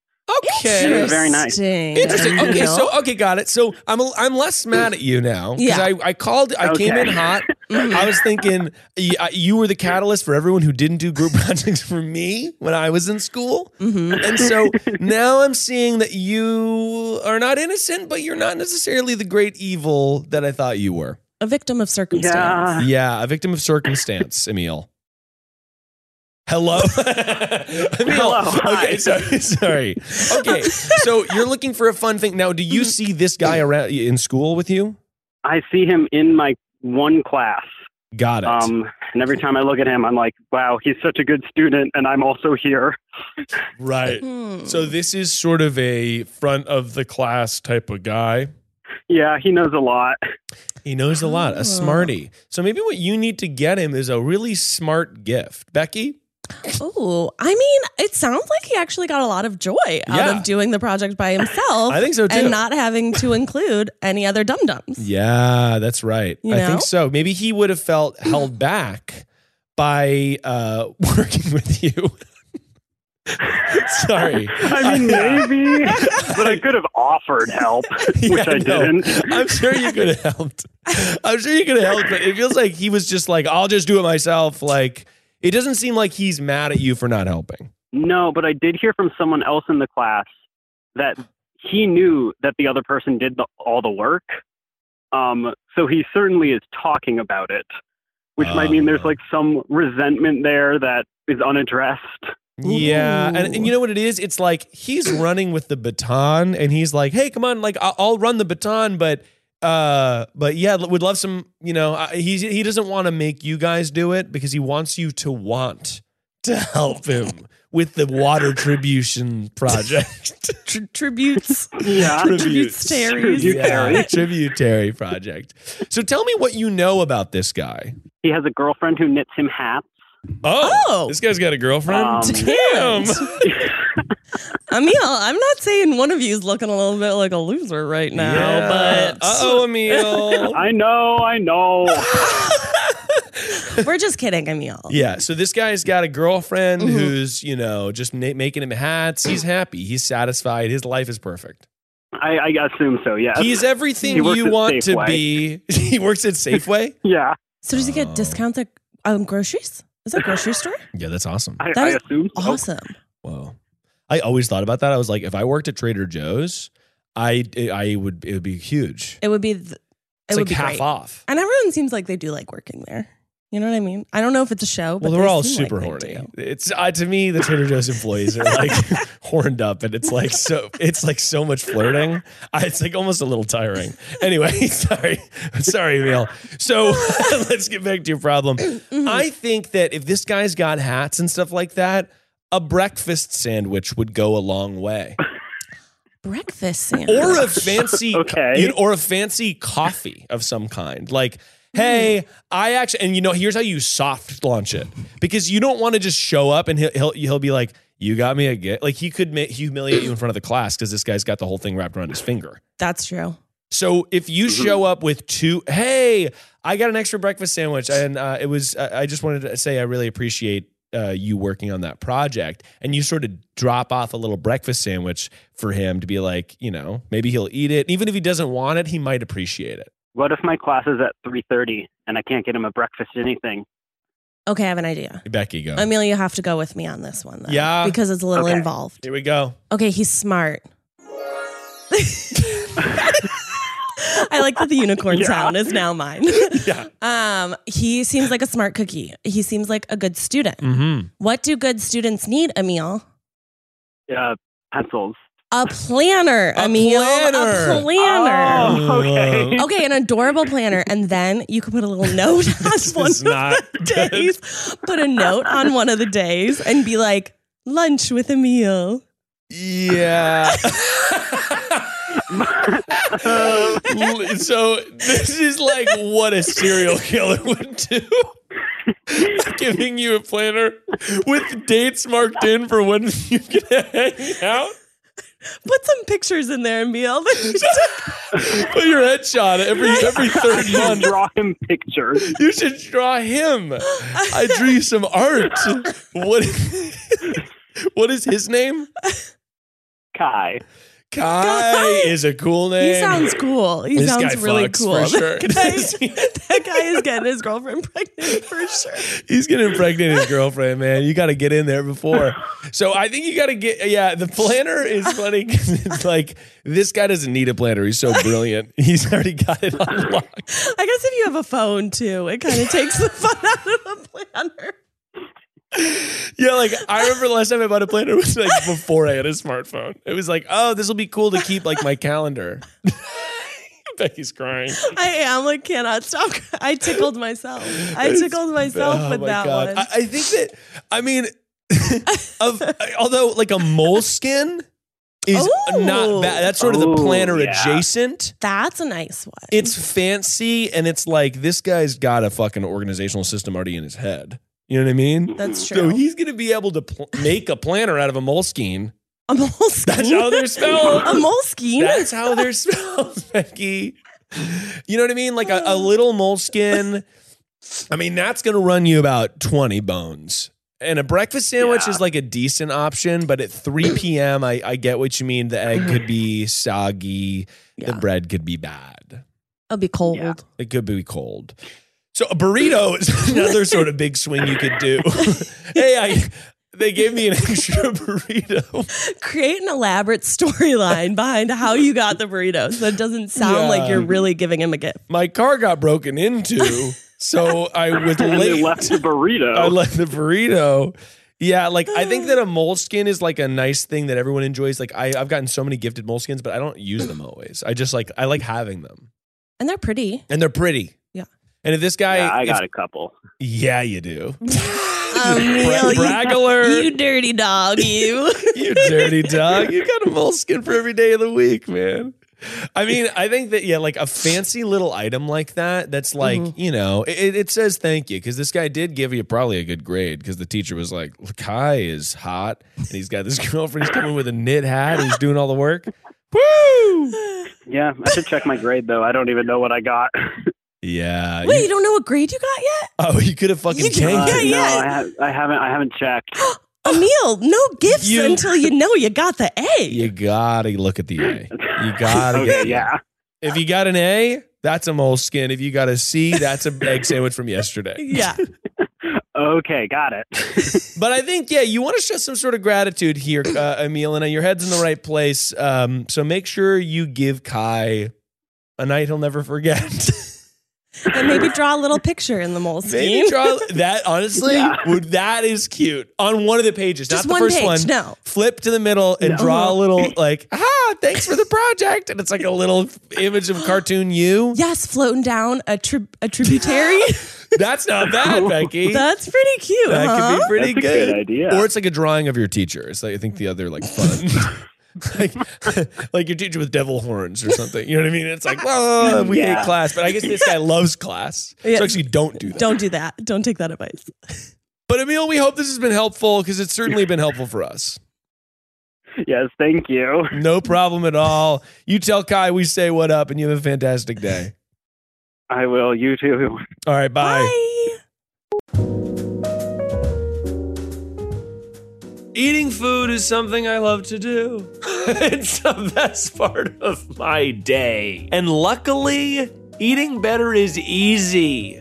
[SPEAKER 2] Okay.
[SPEAKER 4] It was very nice.
[SPEAKER 3] Interesting.
[SPEAKER 2] Interesting.
[SPEAKER 3] You
[SPEAKER 2] Okay,
[SPEAKER 3] know?
[SPEAKER 2] so okay, got it. So I'm a, I'm less mad at you now because
[SPEAKER 3] Yeah. Mm-hmm.
[SPEAKER 2] I, I called. I came in
[SPEAKER 4] Okay.
[SPEAKER 2] hot. I was thinking y- I- you were the catalyst for everyone who didn't do group projects for me when I was in school,
[SPEAKER 3] Mm-hmm.
[SPEAKER 2] and so now I'm seeing that you are not innocent, but you're not necessarily the great evil that I thought you were.
[SPEAKER 3] a victim of circumstance.
[SPEAKER 4] yeah
[SPEAKER 2] Yeah, a victim of circumstance, Emil. Hello. I mean,
[SPEAKER 4] Hello, hi.
[SPEAKER 2] Okay, sorry, sorry. Okay, so you're looking for a fun thing. Now, do
[SPEAKER 4] Mm-hmm.
[SPEAKER 2] you see this guy around in school with you?
[SPEAKER 4] I see him in my one class.
[SPEAKER 2] Got it.
[SPEAKER 4] Um, and every time I look at him, I'm like, wow, he's such a good student, and I'm also here.
[SPEAKER 2] right.
[SPEAKER 3] Hmm.
[SPEAKER 2] So this is sort of a front of the class type of guy.
[SPEAKER 4] Yeah, he knows a lot.
[SPEAKER 2] He knows a
[SPEAKER 4] Oh.
[SPEAKER 2] lot, a smarty. So maybe what you need to get him is a really smart gift. Becky,
[SPEAKER 3] Oh, I mean, it sounds like he actually got a lot of joy out
[SPEAKER 2] Yeah.
[SPEAKER 3] of doing the project by himself.
[SPEAKER 2] I think so, too.
[SPEAKER 3] And not having to include any other dum dums.
[SPEAKER 2] Yeah, that's right.
[SPEAKER 3] You
[SPEAKER 2] I
[SPEAKER 3] know?
[SPEAKER 2] think so. Maybe he would have felt held back by uh, working with you. Sorry.
[SPEAKER 4] I mean, maybe, but I could have offered help, which
[SPEAKER 2] no.
[SPEAKER 4] I didn't.
[SPEAKER 2] I'm sure you could have helped. I'm sure you could have helped, but it feels like he was just like, I'll just do it myself. Like, it doesn't seem like he's mad at you for not helping.
[SPEAKER 4] No, but I did hear from someone else in the class that he knew that the other person did the, all the work. Um, so he certainly is talking about it, which might mean there's
[SPEAKER 2] Ah.
[SPEAKER 4] like some resentment there that is unaddressed.
[SPEAKER 2] Yeah, and, and you know what it is? It's like he's running with the baton, and he's like, "Hey, come on! Like I'll, I'll run the baton, but uh, but yeah, would love some. You know, I, he he doesn't want to make you guys do it because he wants you to want to help him with the water tribution project.
[SPEAKER 3] Tr- tributes.
[SPEAKER 4] Yeah.
[SPEAKER 3] Tributaries.
[SPEAKER 2] yeah, tributary project. So tell me what you know about this guy.
[SPEAKER 4] He has a girlfriend who knits him hats.
[SPEAKER 2] Oh,
[SPEAKER 3] Oh.
[SPEAKER 2] this guy's got a girlfriend.
[SPEAKER 4] Um,
[SPEAKER 2] Damn.
[SPEAKER 3] Emil, I'm not saying one of you is looking a little bit like a loser right now, but
[SPEAKER 2] uh oh, Emil.
[SPEAKER 4] I know, I know.
[SPEAKER 3] we're just kidding, Emil.
[SPEAKER 2] Yeah. So this guy's got a girlfriend
[SPEAKER 4] Mm-hmm.
[SPEAKER 2] who's, you know, just na- making him hats. He's happy. He's satisfied. His life is perfect.
[SPEAKER 4] I, I assume so, yes.
[SPEAKER 2] He's everything
[SPEAKER 4] He works
[SPEAKER 2] you
[SPEAKER 4] at
[SPEAKER 2] want to
[SPEAKER 4] Safeway.
[SPEAKER 2] be. he works at Safeway.
[SPEAKER 4] yeah,
[SPEAKER 3] So does he get discounts at um, groceries? Is that a grocery store?
[SPEAKER 2] yeah, that's awesome.
[SPEAKER 4] I,
[SPEAKER 3] That
[SPEAKER 4] I
[SPEAKER 3] is
[SPEAKER 4] assume so.
[SPEAKER 2] Oh.
[SPEAKER 3] Awesome.
[SPEAKER 2] Wow. I always thought about that. I was like, if I worked at Trader Joe's, I I would it would be huge.
[SPEAKER 3] It would be. Th- it
[SPEAKER 2] It's
[SPEAKER 3] would
[SPEAKER 2] like
[SPEAKER 3] be
[SPEAKER 2] half
[SPEAKER 3] great.
[SPEAKER 2] off.
[SPEAKER 3] And everyone seems like they do like working there. You know what I mean? I don't know if it's a show, but
[SPEAKER 2] Well, they're
[SPEAKER 3] they
[SPEAKER 2] all
[SPEAKER 3] seem
[SPEAKER 2] super
[SPEAKER 3] like they
[SPEAKER 2] horny.
[SPEAKER 3] do.
[SPEAKER 2] It's uh, to me the Trader Joe's employees are like horned up, and it's like so it's like so much flirting. I, it's like almost a little tiring. Anyway, sorry, sorry, Emil. So let's get back to your problem.
[SPEAKER 3] Mm-hmm.
[SPEAKER 2] I think that if this guy's got hats and stuff like that, a breakfast sandwich would go a long way,
[SPEAKER 3] Breakfast sandwich.
[SPEAKER 2] or a fancy,
[SPEAKER 4] Okay.
[SPEAKER 2] you know, or a fancy coffee of some kind, like. Hey, I actually, and you know, here's how you soft launch it because you don't want to just show up and he'll he'll, he'll be like, "You got me a gift." Like he could ma- humiliate you in front of the class because this guy's got the whole thing wrapped around his finger.
[SPEAKER 3] That's true.
[SPEAKER 2] So if you show up with two, hey, I got an extra breakfast sandwich, and uh, it was I I just wanted to say I really appreciate uh, you working on that project, and you sort of drop off a little breakfast sandwich for him to be like, you know, maybe he'll eat it. Even if he doesn't want it, he might appreciate it.
[SPEAKER 4] What if my class is at 3.30 and I can't get him a breakfast anything?
[SPEAKER 3] Okay, I have an idea.
[SPEAKER 2] Becky, go.
[SPEAKER 3] Emil, you have to go with me on this one, though.
[SPEAKER 2] Yeah.
[SPEAKER 3] Because it's a little
[SPEAKER 4] Okay.
[SPEAKER 3] involved.
[SPEAKER 2] Here we go.
[SPEAKER 3] Okay, he's smart. I like that the unicorn sound is now mine.
[SPEAKER 2] Yeah.
[SPEAKER 3] Um, he seems like a smart cookie. He seems like a good student.
[SPEAKER 2] Mm-hmm.
[SPEAKER 3] What do good students need, Emil?
[SPEAKER 4] Uh, pencils.
[SPEAKER 3] A planner,
[SPEAKER 2] A
[SPEAKER 3] Emil.
[SPEAKER 2] planner.
[SPEAKER 3] A planner.
[SPEAKER 4] Oh, okay.
[SPEAKER 3] Okay, an adorable planner, and then you could put a little note on one
[SPEAKER 2] is
[SPEAKER 3] of
[SPEAKER 2] not
[SPEAKER 3] the
[SPEAKER 2] good.
[SPEAKER 3] days. Put a note on one of the days and be like, "Lunch with Emil."
[SPEAKER 2] Yeah. Um, so this is like what a serial killer would do. Giving you a planner with dates marked in for when you can hang out.
[SPEAKER 3] Put some pictures in there, Emil.
[SPEAKER 2] Put your headshot every every third
[SPEAKER 4] Just
[SPEAKER 2] month.
[SPEAKER 4] draw him pictures.
[SPEAKER 2] You should draw him. I drew you some art. What? what is his name?
[SPEAKER 4] Kai.
[SPEAKER 2] Kai, is a cool name.
[SPEAKER 3] he sounds cool. He
[SPEAKER 2] This
[SPEAKER 3] sounds
[SPEAKER 2] guy
[SPEAKER 3] really
[SPEAKER 2] fucks
[SPEAKER 3] cool.
[SPEAKER 2] for sure.
[SPEAKER 3] That, guy, that guy is getting his girlfriend pregnant for sure.
[SPEAKER 2] He's gonna impregnate his girlfriend, man. You got to get in there before. So I think you got to get. Yeah, the planner is funny 'cause it's like this guy doesn't need a planner. He's so brilliant. He's already got it on lock.
[SPEAKER 3] I guess if you have a phone too, it kind of takes the fun out of the planner.
[SPEAKER 2] Yeah, like I remember last time I bought a planner was like before I had a smartphone. It was like, oh, this will be cool to keep like my calendar. Becky's crying.
[SPEAKER 3] I am like cannot stop. I tickled myself. I tickled myself
[SPEAKER 2] Oh
[SPEAKER 3] with
[SPEAKER 2] my
[SPEAKER 3] that
[SPEAKER 2] God.
[SPEAKER 3] one.
[SPEAKER 2] I, I think that I mean, of although like a moleskin is
[SPEAKER 3] Ooh.
[SPEAKER 2] not bad. That's sort of
[SPEAKER 4] Ooh,
[SPEAKER 2] the planner
[SPEAKER 4] yeah.
[SPEAKER 2] adjacent.
[SPEAKER 3] That's a nice one.
[SPEAKER 2] It's fancy and it's like this guy's got a fucking organizational system already in his head. You know what I mean?
[SPEAKER 3] That's
[SPEAKER 2] So
[SPEAKER 3] true.
[SPEAKER 2] he's gonna be able to pl- make a planner out of a moleskine.
[SPEAKER 3] a moleskine.
[SPEAKER 2] That's how they're spelled.
[SPEAKER 3] a moleskine.
[SPEAKER 2] That's how they're spelled, Becky. You know what I mean? Like a, a little moleskin. I mean, that's going to run you about 20 bones. And a breakfast sandwich
[SPEAKER 4] Yeah.
[SPEAKER 2] is like a decent option, but at 3 p.m., I, I get what you mean. The egg could be soggy, the
[SPEAKER 3] Yeah.
[SPEAKER 2] bread could be bad,
[SPEAKER 3] It'll be cold.
[SPEAKER 4] Yeah.
[SPEAKER 2] it could be cold. So a burrito is another sort of big swing you could do. hey, I. They gave me an extra burrito.
[SPEAKER 3] Create an elaborate storyline behind how you got the burritos. That doesn't sound
[SPEAKER 2] Yeah.
[SPEAKER 3] like you're really giving him a gift.
[SPEAKER 2] My car got broken into, so I was
[SPEAKER 4] and
[SPEAKER 2] late.
[SPEAKER 4] they left the burrito.
[SPEAKER 2] I like the burrito. Yeah, like I think that a moleskin is like a nice thing that everyone enjoys. Like I, I've gotten so many gifted moleskins, but I don't use them always. I just like I like having them,
[SPEAKER 3] And they're pretty.
[SPEAKER 2] and they're pretty.
[SPEAKER 3] Yeah.
[SPEAKER 2] And if this guy,
[SPEAKER 4] yeah, I
[SPEAKER 2] if-
[SPEAKER 4] got a couple.
[SPEAKER 2] Yeah, you do.
[SPEAKER 3] Um,
[SPEAKER 2] Bra- braggler,
[SPEAKER 3] you
[SPEAKER 2] you,
[SPEAKER 3] dirty dog, you.
[SPEAKER 2] dirty dog. You got a moleskin for every day of the week, man. I mean, I think that yeah, like a fancy little item like that. That's like you know, it, it says thank you because this guy did give you probably a good grade because the teacher was like, Kai is hot and he's got this girlfriend. He's coming with a knit hat. He's doing all the work. Woo!
[SPEAKER 4] Yeah, I should check my grade though. I don't even know what I got.
[SPEAKER 2] Yeah. you-
[SPEAKER 3] Wait, you don't know what grade you got yet?
[SPEAKER 2] oh, you could have fucking
[SPEAKER 3] You-
[SPEAKER 2] tanked it.
[SPEAKER 3] Yeah,
[SPEAKER 4] Uh, No,
[SPEAKER 3] yeah.
[SPEAKER 4] I, ha- I haven't. I haven't checked.
[SPEAKER 3] Emil, no gifts
[SPEAKER 2] You-
[SPEAKER 3] until you know you got the egg.
[SPEAKER 2] You gotta look at the A. You gotta
[SPEAKER 4] okay,
[SPEAKER 2] get the A.
[SPEAKER 4] yeah.
[SPEAKER 2] If you got an A, that's a moleskin. If you got a C, that's an egg sandwich from yesterday.
[SPEAKER 3] yeah.
[SPEAKER 4] Okay, got it.
[SPEAKER 2] But I think, yeah, you want to show some sort of gratitude here, uh, Emil, and your head's in the right place. Um, so make sure you give Kai a night he'll never forget.
[SPEAKER 3] And maybe draw a little picture in the moleskine.
[SPEAKER 2] Maybe draw that. Honestly,
[SPEAKER 4] Yeah.
[SPEAKER 2] would that is cute on one of the pages,
[SPEAKER 3] Just
[SPEAKER 2] not the
[SPEAKER 3] one
[SPEAKER 2] first
[SPEAKER 3] page,
[SPEAKER 2] one.
[SPEAKER 3] no.
[SPEAKER 2] flip to the middle and
[SPEAKER 4] No.
[SPEAKER 2] draw a little like, ah, thanks for the project, and it's like a little image of cartoon you.
[SPEAKER 3] yes, floating down a, tri- a tributary.
[SPEAKER 2] That's not bad, Becky.
[SPEAKER 3] That's pretty cute,
[SPEAKER 2] That
[SPEAKER 3] huh?
[SPEAKER 2] could be pretty
[SPEAKER 4] That's a
[SPEAKER 2] good.
[SPEAKER 4] good idea.
[SPEAKER 2] Or it's like a drawing of your teacher. It's like I think the other like fun. like, like your teacher with devil horns or something. You know what I mean? It's like, oh, we
[SPEAKER 4] Yeah.
[SPEAKER 2] hate class, but I guess this guy loves class.
[SPEAKER 3] Yeah.
[SPEAKER 2] So actually, don't do that.
[SPEAKER 3] Don't do that. Don't take that advice.
[SPEAKER 2] But Emil, we hope this has been helpful because it's certainly been helpful for us.
[SPEAKER 4] yes, thank you.
[SPEAKER 2] No problem at all. You tell Kai we say what up, and you have a fantastic day.
[SPEAKER 4] I will. You too.
[SPEAKER 2] All right, bye.
[SPEAKER 3] Bye.
[SPEAKER 2] Eating food is something I love to do. it's the best part of my day. And luckily, eating better is easy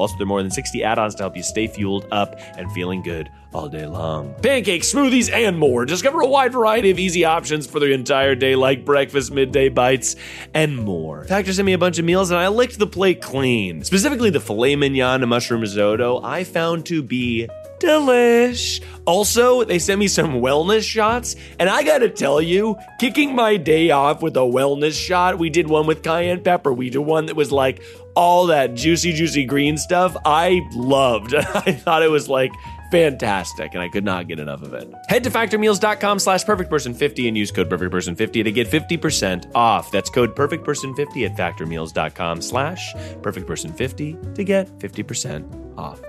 [SPEAKER 2] Also, there are more than 60 add ons to help you stay fueled up and feeling good all day long. Pancakes, smoothies, and more. Discover a wide variety of easy options for the entire day, like breakfast, midday bites, and more. Factor sent me a bunch of meals, and I licked the plate clean. Specifically, the filet mignon and mushroom risotto I found to be delish. Also, they sent me some wellness shots, and I gotta tell you, kicking my day off with a wellness shot, we did one with cayenne pepper. We did one that was like all that juicy, juicy green stuff. I loved. I thought it was like fantastic and i could not get enough of it head to factormeals.com slash perfectperson50 and use code perfectperson50 to get 50% off that's code perfectperson50 at factormeals.com slash perfectperson50 to get 50% off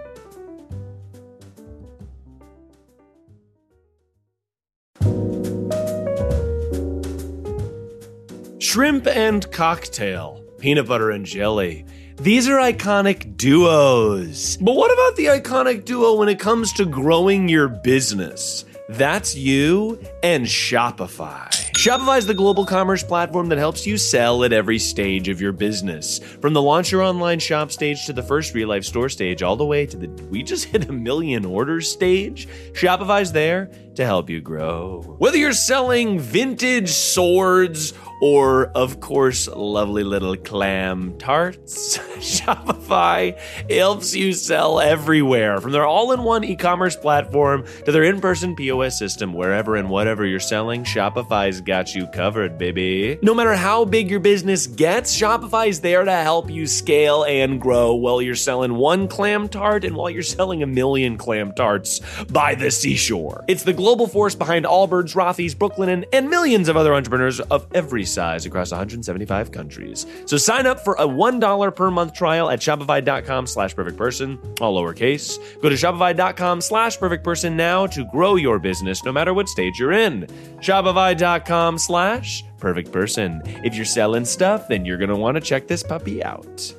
[SPEAKER 2] Shrimp and cocktail, peanut butter and jelly.
[SPEAKER 5] These are iconic duos. But what about the iconic duo when it comes to growing your business? That's you and Shopify. Shopify is the global commerce platform that helps you sell at every stage of your business. From the launch your online shop stage to the first real life store stage, all the way to the we just hit a million orders stage, Shopify's there to help you grow. Whether you're selling vintage swords or, of course, lovely little clam tarts, Shopify helps you sell everywhere from their all in one e commerce platform to their in person POS system. Wherever and whatever you're selling, Shopify's got you covered, baby. No matter how big your business gets, Shopify's there to help you scale and grow while you're selling one clam tart and while you're selling a million clam tarts by the seashore. It's the global force behind Allbirds, Rothy's, Brooklyn, and, and millions of other entrepreneurs of every size across 175 countries. So sign up for a $1 per month trial at Shopify.com slash perfect person, all lowercase. Go to Shopify.com slash perfect person now to grow your business no matter what stage you're in. Shopify.com slash perfect person. If you're selling stuff, then you're going to want to check this puppy out.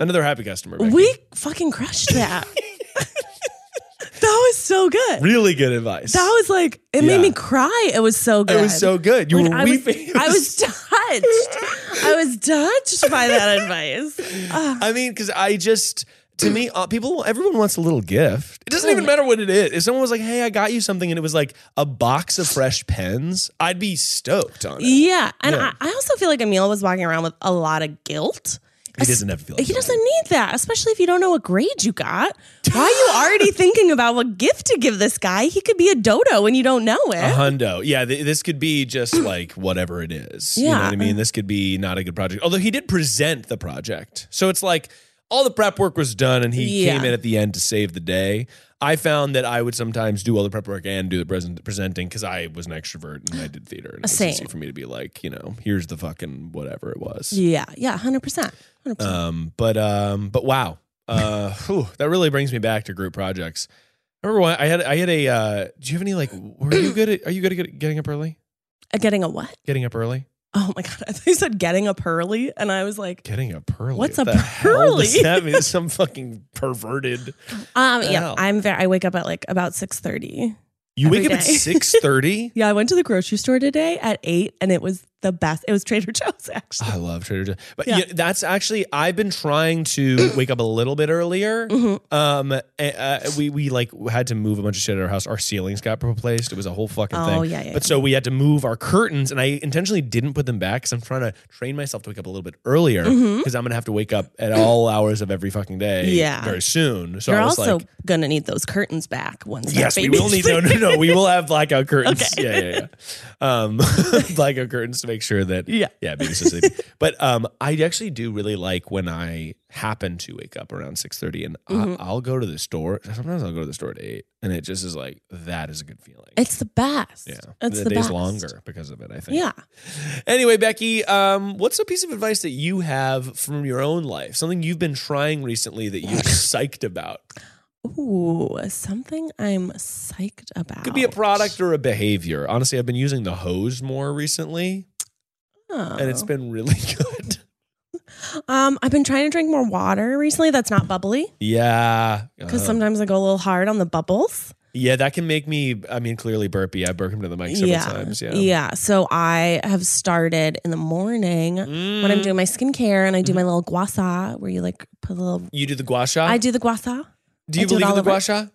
[SPEAKER 2] Another happy customer. Becky.
[SPEAKER 3] We fucking crushed that. that was so good.
[SPEAKER 2] really good advice.
[SPEAKER 3] That was like it
[SPEAKER 2] Yeah.
[SPEAKER 3] made me cry. It was so good.
[SPEAKER 2] It was so good. You
[SPEAKER 3] Like,
[SPEAKER 2] were
[SPEAKER 3] I was,
[SPEAKER 2] weeping.
[SPEAKER 3] I was touched. I was touched by that advice. Ah,
[SPEAKER 2] I mean, because I just to me, uh, people, everyone wants a little gift. It doesn't even matter what it is. If someone was like, "Hey, I got you something," and it was like a box of fresh pens, I'd be stoked on it.
[SPEAKER 3] yeah, and
[SPEAKER 2] Yeah.
[SPEAKER 3] I, I also feel like Emil was walking around with a lot of guilt.
[SPEAKER 2] He doesn't have to feel. Like
[SPEAKER 3] He doesn't need that, especially if you don't know what grade you got. Why are you already thinking about what gift to give this guy? He could be a dodo and you don't know it.
[SPEAKER 2] A hundo. Yeah, th- this could be just like whatever it is. You know
[SPEAKER 3] Yeah.
[SPEAKER 2] what I mean? This could be not a good project. Although he did present the project. So it's like all the prep work was done and he
[SPEAKER 3] Yeah.
[SPEAKER 2] came in at the end to save the day. I found that I would sometimes do all the prep work and do the present- presenting because I was an extrovert and I did theater. And it was
[SPEAKER 3] Same.
[SPEAKER 2] easy for me to be like, you know, here's the fucking whatever it was.
[SPEAKER 3] Yeah, yeah, hundred percent, hundred percent.
[SPEAKER 2] Um, but um, but wow, uh, whew, that really brings me back to group projects. Remember when I had I had a. Uh, do you have any like? Were you good? At, are you good at get- getting up early?
[SPEAKER 3] Uh, Getting a what?
[SPEAKER 2] Getting up early?
[SPEAKER 3] Oh my god, I thought you said getting up early, and I was like,
[SPEAKER 2] Getting up early.
[SPEAKER 3] What's
[SPEAKER 2] What
[SPEAKER 3] a
[SPEAKER 2] the hell does
[SPEAKER 3] pearly?
[SPEAKER 2] that mean? Some fucking perverted.
[SPEAKER 3] um,
[SPEAKER 2] the
[SPEAKER 3] yeah,
[SPEAKER 2] hell?
[SPEAKER 3] I'm very. I wake up at like about six thirty.
[SPEAKER 2] You
[SPEAKER 3] Every
[SPEAKER 2] wake up at
[SPEAKER 3] day.
[SPEAKER 2] six thirty.
[SPEAKER 3] Yeah, I went to the grocery store today at eight, and it was the best. It was Trader Joe's actually.
[SPEAKER 2] I love Trader Joe's, but
[SPEAKER 3] Yeah.
[SPEAKER 2] yeah, that's actually I've been trying to wake up a little bit earlier.
[SPEAKER 3] Mhm.
[SPEAKER 2] Um, and, uh, we we like had to move a bunch of shit at our house. Our ceilings got replaced. It was a whole fucking thing.
[SPEAKER 3] Oh yeah, yeah.
[SPEAKER 2] But so we had to move our curtains, and I intentionally didn't put them back because I'm trying to train myself to wake up a little bit earlier because
[SPEAKER 3] Mhm.
[SPEAKER 2] I'm gonna have to wake up at all hours of every fucking day,
[SPEAKER 3] Yeah.
[SPEAKER 2] very soon. So
[SPEAKER 3] You're
[SPEAKER 2] I was
[SPEAKER 3] also
[SPEAKER 2] like,
[SPEAKER 3] gonna need those curtains back once. that
[SPEAKER 2] yes, we
[SPEAKER 3] baby's
[SPEAKER 2] will need no, no,
[SPEAKER 3] sleeping.
[SPEAKER 2] no, we will have blackout curtains. Yeah,
[SPEAKER 3] Okay.
[SPEAKER 2] yeah, yeah, um, blackout curtains to make sure that
[SPEAKER 3] Yeah.
[SPEAKER 2] yeah, baby's asleep. but um, I actually do really like when I happen to wake up around six thirty, and
[SPEAKER 3] Mhm.
[SPEAKER 2] I, I'll go to the store. Sometimes I'll go to the store at eight, and it just is like that is a good feeling.
[SPEAKER 3] It's the best.
[SPEAKER 2] yeah,
[SPEAKER 3] it's the,
[SPEAKER 2] day's
[SPEAKER 3] best.
[SPEAKER 2] longer because of it. I think.
[SPEAKER 3] Yeah.
[SPEAKER 2] Anyway, Becky, um, what's a piece of advice that you have from your own life? Something you've been trying recently that you're psyched about?
[SPEAKER 3] Ooh, something I'm psyched about.
[SPEAKER 2] Could be a product or a behavior. Honestly, I've been using the hose more recently, and it's
[SPEAKER 3] Oh.
[SPEAKER 2] been really good.
[SPEAKER 3] Um, I've been trying to drink more water recently. That's not bubbly
[SPEAKER 2] Yeah,
[SPEAKER 3] because
[SPEAKER 2] Uh,
[SPEAKER 3] sometimes I go a little hard on the bubbles.
[SPEAKER 2] yeah, that can make me. I mean, clearly burpy. I burped him to the mic several times. Yeah,
[SPEAKER 3] Yeah. So I have started in the morning
[SPEAKER 2] Mm.
[SPEAKER 3] when I'm doing my skincare and I
[SPEAKER 2] Mm-hmm.
[SPEAKER 3] do my little gua sha where you like put a little.
[SPEAKER 2] You do the gua sha.
[SPEAKER 3] I do the gua sha.
[SPEAKER 2] do you
[SPEAKER 3] I do it
[SPEAKER 2] believe in
[SPEAKER 3] all
[SPEAKER 2] the
[SPEAKER 3] over.
[SPEAKER 2] gua sha?